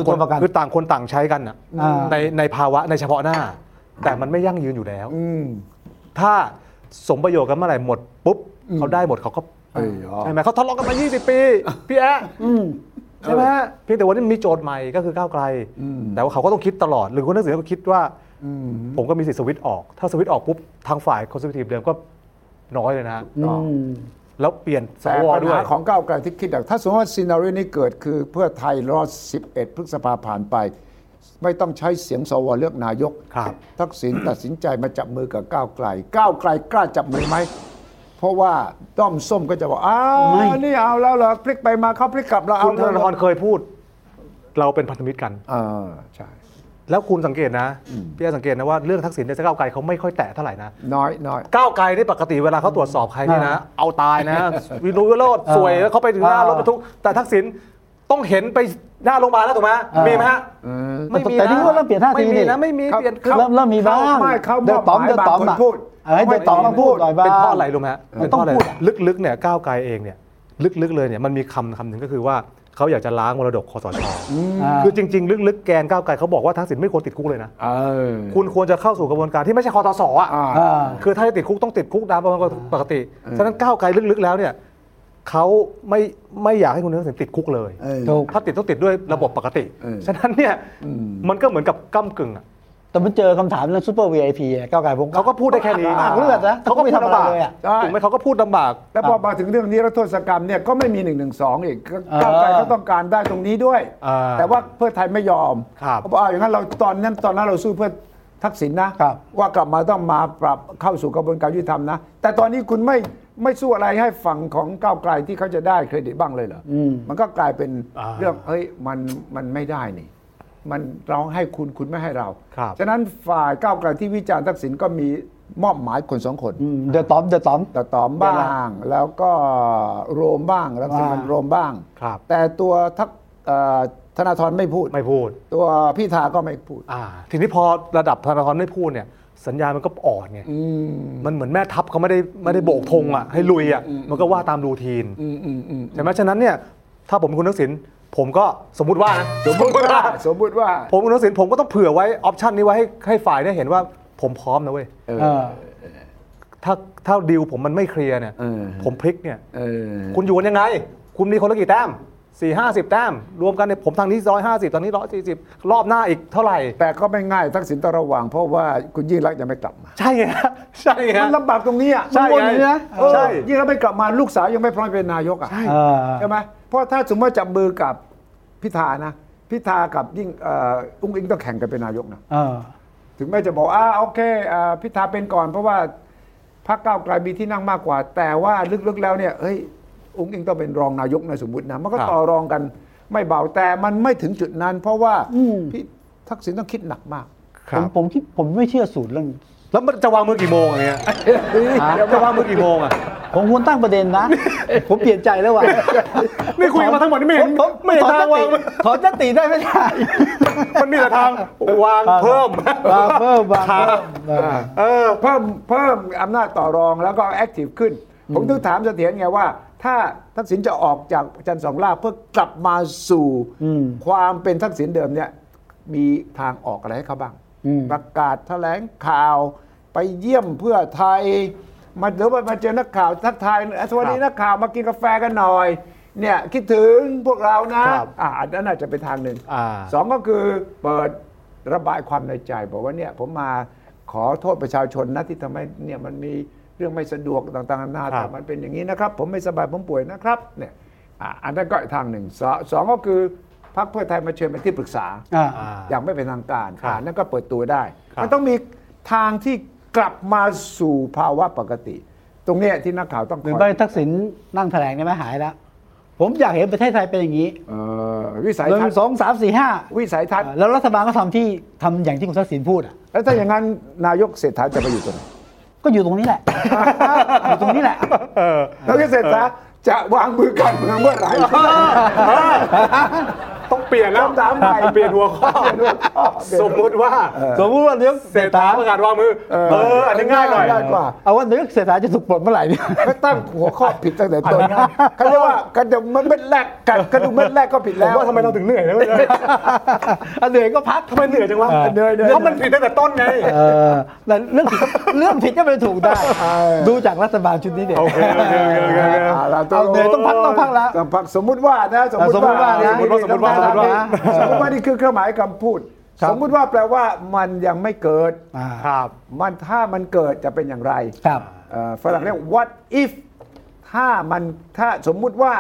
คุณคือตัวปต่างคนระกัน คือต่างคนต่างใช้กันอะ อ่า ในในภาวะในเฉพาะหน้า แต่มันไม่ยั่งยืนอยู่แล้ว อืม ถ้าสมประโยชน์กันเมื่อไหร่หมดปุ๊บเขาได้หมดเขาก็ เอ้ยเหรอ ใช่ไหมเขาทะเลาะกันมา 20 ปีพี่แอะใช่ไหมเพียงแต่วันนี้มีโจทย์ใหม่ก็คือก้าวไกล แต่ว่าเขาก็ต้องคิดตลอด หรือคนนักสื่อก็คิดว่า ผมก็มีสิทธิ์สวิตช์ออก ถ้าสวิตช์ออกปุ๊บ ทางฝ่ายคอนเซอร์วทีฟเดิมก็น้อยเลยนะ อืม แล้วเปลี่ยนส แต่ ว ปัญ ด้วย หาของก้าวไกลที่คิดอย่างถ้าสมมติว่าซีนารีนี้เกิดคือเพื่อไทยรอด 11 พฤษภาผ่านไป ไม่ต้องใช้เสียงสวเลือกนายก ครับ ทักษิณตัดสินใจมาจับมือกับก้าวไกล ก้าวไกลกล้าจับมือไหม เพราะว่าด้อมส้มก็จะบอกอ้าว ไม่ นี่เอาแล้วเหรอพลิกไปมาเขาพลิกกลับเราเอา คุณธ แล้ว นาธเหรอ รเคยพูด เราเป็นพันธมิตรกัน อ่าใช่ แล้วคุณสังเกตนะพี่แอะสังเกตนะว่าเรื่องทักษิณเนี่ยจะก้าวไกลเขาไม่ค่อยแตะเท่าไหร่นะ น้อยน้อย ก้าวไกลนี่ปกติเวลาเขาตรวจสอบใครนี่นะ เอาตายนะ วิรุยโรดสวยแล้วเขาไปถึงหน้ารถบรรทุกแต่ทักษิณต้องเห็นไปหน้าโรงพยาบาลแล้วถูกไหม อ่ามี มีไหมฮะ อืม ไม่มีะ แต่นี่ก็เริ่มเปลี่ยนท่าที ไม่มี นี่ นะไม่มี เขา เปลี่ยน เขา เริ่มเริ่มมีบ้าง เขาไม่เขา เดี๋ยวต๋อม มอบหมาย เดี๋ยวต๋อม บางคน อะ พูด เออให้เดี๋ยวต๋อมมาพูดหน่อยบ้าง เป็นเพราะอะไรรู้ไหมฮะ มั เป็น น ต้ เพ อง ราะพูอะไรดอะ ลึกๆเนี่ยก้าวไกลเองเนี่ยลึกๆเลยเนี่ยมันมีคำคำหนึ่งก็คือว่าเขาอยากจะล้างมรดกคอสช อ่า คือจริง ๆ ลึกๆแกนก้าวไกลเขาบอกว่าทักษิณไม่ควรติดคุกเลยนะ เออ คุณควรจะเข้าสู่กระบวนการที่ไม่ใช่คอตสอ่ะ อ่า อ่า คือถ้าจะติดคุกต้องติดคุกตามประมาณปกติ ฉะนั้นก้าวไกลลึกๆแล้วเนี่ยเขาไม่ไม่อยากให้คุณทักษิณติดคุกเลย เออ ถูก ถ้าติดต้องติดด้วยระบบปกติ เออ ฉะนั้นเนี่ยมันก็เหมือนกับก้ากึ่งอะ แต่มันเจอคำถามเรื่องซูเปอร์วีไอพีก้าวไกลผมก็ เขาก็พูดได้แค่นี้ อ่ะเลือดนะ เขาก็พูดลำบาก เขาก็ไม่ทำอะไรเลยอะ ถูกไหมเขาก็พูดลำบาก แล้วพอมาถึงเรื่องนี้รัฐโทษกรรมเนี่ยก็ไม่มี1นึอีกก็ เออ ก้าวไกลก็ต้องการได้ตรงนี้ด้วย อ่า แต่ว่าเพื่อไทยไม่ยอม ครับ เขาบอกเอาอย่างนั้นเราตอนนั้นตอนนั้นเราสู้เพื่อทักษิณนะครับ ว่ากลับมาต้องมาปรับเข้าสู่กระบวนการยุติธรรมนะ แต่ตอนนี้คุณไม่ไม่สู้อะไรให้ฝั่งของก้าวไกลที่เขาจะได้เครดิตบ้างเลยเหรออมันก็กลายเป็นเรื่องเฮ้ยมันมันไม่ได้นี่ มันเราให้คุณคุณไม่ให้เรา ครับ ฉะนั้นฝ่ายก้าวไกลที่วิจารณ์ทักษิณก็มีมอบหมายคนสองคน อืมเดี๋ยวต๋อมเดี๋ยวต๋อม ตะตอมบ้างแล้วก็โรมบ้างรังสิมัน อ่า โรมบ้าง ครับ แต่ตัวทักเอ่อธนาธรไม่พูด ไม่พูด ตัวพิธาก็ไม่พูด อ่าทีนี้พอระดับธนาธรไม่พูดเนี่ย สัญญาณมันก็อ่อนไงมันเหมือนแม่ทัพเขาไม่ได้ไม่ได้โบกธงอ่ะให้ลุยอ่ะมันก็ว่าตามรูทีน อืมอืมอืม ใช่ไหมฉะนั้นเนี่ยถ้าผมเป็นคุณทักษิณผมก็สมมติว่านะ สมมติว่าสมมติว่า ผมเป็นคุณทักษิณผมก็ต้องเผื่อไว้ออปชันนี้ไว้ให้ให้ฝ่ายเนี่ยเห็นว่าผมพร้อมนะเว้ย เออ เออ ถ้าถ้าดีลผมมันไม่เคลียร์เนี่ย เออ ผมพลิกเนี่ย เออ คุณอยู่กันยังไง คุณมีคนละกี่แต้มสี่ห้าสิบแต้ม รวมกันเนี่ยผมทางนี้ร้อยห้าสิบทางนี้ร้อยสี่สิบรอบหน้าอีกเท่าไหร่ แต่ก็ไม่ง่ายทักษิณต้องระวัง เพราะว่าคุณยิ่งรักจะไม่กลับมา ใช่ไงฮะใช่ไง มั ฮะ นลำบากตรงนี้อ่ะ ใช่ มันวนอยู่นะ ไงใช่ เออยิ่งรักไม่กลับมาลูกสาวยังไม่พร้อมเป็นนายกอ่ะ เออ ใช่ไหมเพราะถ้าสมมติว่าจับมือกับพิธานะ พิธากับยิ่งเอ่ออุ้งอิงต้องแข่งกันเป็นนายกนะ เออ ถึงแม้จะบอกอ่าโอเคอ่าพิธาเป็นก่อนเพราะว่าพรรคก้าวไกลมีที่นั่งมากกว่า แต่ว่าลึกๆแล้วเนี่ยเฮ้ยองค์เองต้องเป็นรองนายกนะสมมตินะ มันก็ ครับ ต่อรองกันไม่เบาแต่มันไม่ถึงจุดนั้น เพราะว่า อืม พี่ทักษิณต้องคิดหนักมาก ผมผมคิดผมไม่เชื่อสูตรเรื่อง แล้วมันจะวางมือกี่โมงอะเนี่ยจะวางมือกี่โมงอ่ะ ผมควรตั้งประเด็น นะ ผมเปลี่ยนใจแล้วว่ะ นี่คุยกันมาทั้งหมดนี่ไม่เห็น ผผ ไม่เห็น ถอน ทางวาง ยติถอนยติได้ไม่ได้ มันมีแต่ทางวางเพิ่ม วางเพิ่มวางเพิ่มเออ เพิ่มเพิ่มอำนาจต่อรองแล้วก็แอคทีฟขึ้น ผมถึงถามเสถียรไงว่า ถ้าทักษิณจะออกจากจันทร์สองล่าเพื่อกลับมาสู่ อืม ความเป็นทักษิณเดิมเนี่ยมีทางออกอะไรให้เขาบ้าง อืม ประกาศแถลงข่าวไปเยี่ยมเพื่อไทย มาหรือว่ามาเจอนักข่าวทักทายสวัสดี ครับ นักข่าวมากินกาแฟกันหน่อย เนี่ยคิดถึงพวกเรานะครับ อ่าอันนั้นอาจจะเป็นทางหนึ่ง อ่า สองก็คือเปิดระบายความในใจ บอกว่าเนี่ยผมมาขอโทษประชาชนนะที่ทำให้เนี่ยมันมีเรื่องไม่สะดวกต่างๆนานา ครับ แต่มันเป็นอย่างนี้นะครับ ผมไม่สบายผมป่วยนะครับเนี่ยอ่าอันนั้นก็อีกทางหนึ่งสองสองก็คือพรรคเพื่อไทยมาเชิญเป็นที่ปรึกษา อ่า อ่า อย่างไม่เป็นทางการ ครับ อ่านั่นก็เปิดตัวได้ ครับ มันต้องมีทางที่กลับมาสู่ภาวะปกติ ตรงเนี้ยที่นักข่าวต้องค หรือ อ ไม่ ย ทักษิณนั่งแถลงได้ไหมหายแล้ว ผมอยากเห็นประเทศไทยเป็นอย่างนี้ เอ่อวิสัย หนึ่ ทัศ ง น์ สองสามสี่ห้า วิสัยทัศน์ แล้วรัฐบาลก็ทำที่ทำอย่างที่คุณทักษิณพูดอ่ะ แล้วถ้าอย่างนั้นนายกเศรษฐาจะไปอยู่ตรงไหน ก็อยู่ตรงนี้แหละ อยู่ตรงนี้แหละ นายกเศรษฐาจะวางมือการเมืองเมื่อไหร่ ต้องเปลี่ยนแล้ว คำถามใหม่ เปลี่ยนหัวข้อ เปลี่ยนหัวข้อ สมมุติว่า สมมติว่าเลี้ยง เศรษฐาประกาศวางมือ เออ อันนี้ง่ายหน่อย ง่ายกว่า เอาว่าเลี้ยงเศรษฐาจะถูกปลดเมื่อไหร่เนี่ย ไม่ตั้งหัวข้อผิดตั้งแต่ต้นเขาเรียกว่ากระดูกเม็ดแรกกัดกระดูกเม็ดแรกก็ผิด ผม แล้ว ว่าทำไมเราถึงเหนื่อยนะเว้ย อันเหนื่อยก็พัก ทำไมเหนื่อยจังวะ เออ เหนื่อยเหนื่อยเพราะมันผิดตั้งแต่ต้นไง เออแต่เรื่องผิดเรื่องผิดก็ไม่ถูก ได้ ดูจากรัฐบาลชุดนี้เด็ก โอเคโอเคโอเคโอเคโอเค เอาล่ะ เอาเหนื่อยต้องพักต้องพักแล้ว ต้องพักสมมุติว่านะสมมุติว่า อ่ะสมมุติว่านะ นี่ สมมุติว่าสมมุติว่าต้องสมมุติว่านี่คือเครื่องหมายคำพูด ครับ สมมุติว่าแปลว่ามันยังไม่เกิด อ่า ครับ มันถ้ามันเกิดจะเป็นอย่างไร ครับ เอ่อฝรั่งเรียก what if ถ้ามันถ้าสมมุติว่า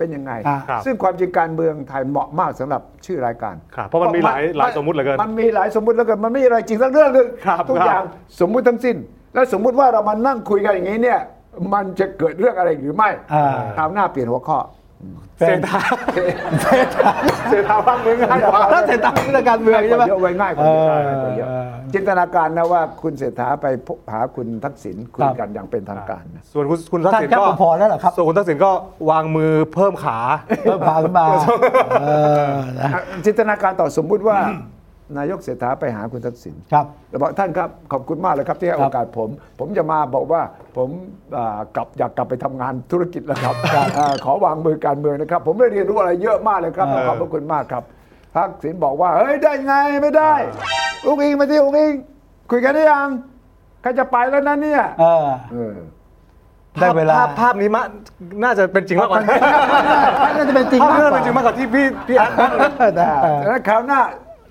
เป็นยังไง อ่า ครับ ซึ่งความจริงการเมืองไทยเหมาะมากสำหรับชื่อรายการ ครับเพราะมันมีหลายหลายสมมุติเหลือเกิน มันมีหลายสมมุติเหลือเกิน มันไม่มีอะไรจริงสักเรื่องหนึ่ง ครับ ทุก ครับ อย่างสมมุติทั้งสิ้น แล้วสมมุติว่าเรามานั่งคุยกันอย่างนี้เนี่ย มันจะเกิดเรื่องอะไรหรือไม่ อ่า คราวหน้าเปลี่ยนหัวข้อ เศรษฐา เศรษฐาว่างมือง่ายกว่า ถ้าเศรษฐาเป็นนักการเมืองใช่ไหม เยอะไว้ง่ายกว่าเยอะ เออ ง่ายกว่าเยอะ เออ จินตนาการนะว่าคุณเศรษฐาไปพบหาคุณทักษิณคุ ค ย รับ กันอย่างเป็นทางการนะ ส่วนคุณคุณทักษิณ ท่านครั ก็ บผมพอแล้วเหรอครับ ส่วนคุณทักษิณก็วางมือเพิ่มขา เพิ่มพาขึ้นมาเออนะ อ่ะจินตนาการต่อสมมุติว่า นายกเศรษฐาไปหาคุณทักษิณ ครับ แล้วบอกท่านครับขอบคุณมากเลยครับที่ให้ ครั โอบ กาสผม ผมจะมาบอกว่าผมอ่ากลับอยากกลับไปทำงานธุรกิจแล้วครับ อ่าขอวางมือการเมืองนะครับ ผมได้เรียนรู้อะไรเยอะมากเลยครับ เออ ขอบพระคุณมากครับทักษิณบอกว่าเฮ้ยได้ไงไม่ได้อุ้งอิงมาที่อุ้งอิงคุยกันได้ยังใครจะไปแล้วนะเนี่ย เออ เออ ได้เวลา ภพภาพนี้มะน่าจะเป็นจริงมากกว่า น่าจะเป็นจริง ภาพ มากกนี้ว่าน่าจะเป็นจริงมากกว่าที่พี่พี่อัน ได้ แล้วคราวหน้า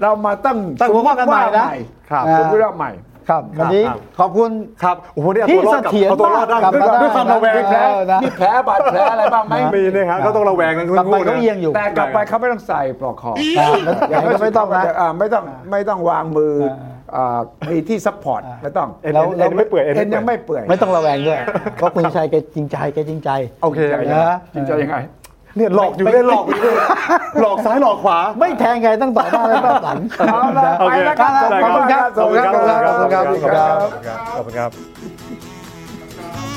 เรามาตั้ง ตั้งหัวข้อกันใหม่นะ ครับ สมมติว่าใหม่ ครับ วันนี้ ครับ ขอบคุณ ครับโอ้โหเนี่ย ที่ ตัวรอดกลับ เสถียร เอาตัวรอดได้ มากกลับ ด้มาได้วยด้วยความระแวง เออนะ มีแผลบาดแผลอะไรบ้างไหม มีนะครับ ก็ต้องระแวงกันทั้ กลับ ง ไป คู่ เขาเอียงอยู่ แต่กลับไปเขาไม่ต้องใส่ปลอกคอ อ่าแล้ว อย่าง ก็ไม่ต้องนะ าไม่ต้องไม่ต้องวางมืออ่ามีที่ซัพพอร์ต อ่า ไม่ต้อง เอ็น เรา เอ็นเอ็นไม่เปื่อย เอ็นยัง เปื่ ไม่เปื่อย ไม่ต้องระแวงด้วย เพราะคุณชัยแกจริงใจแกจริงใจ โอเค จริงใจยังไง นะ จริงใจยังไง เนี่ยหลอกอยู่เนี่ยหลอกอยู่เนี่ยหลอกซ้ายหลอกขวา ไม่แทงไงตั้งต่อหน้าและตั้งหลัง เอาละ โอ ไป เค แล้วครับ ได้ ขอบคุณครับ ขอบคุณครับ ขอบคุณครับ ขอบคุณครับขอบคุณครับขอบคุณครับ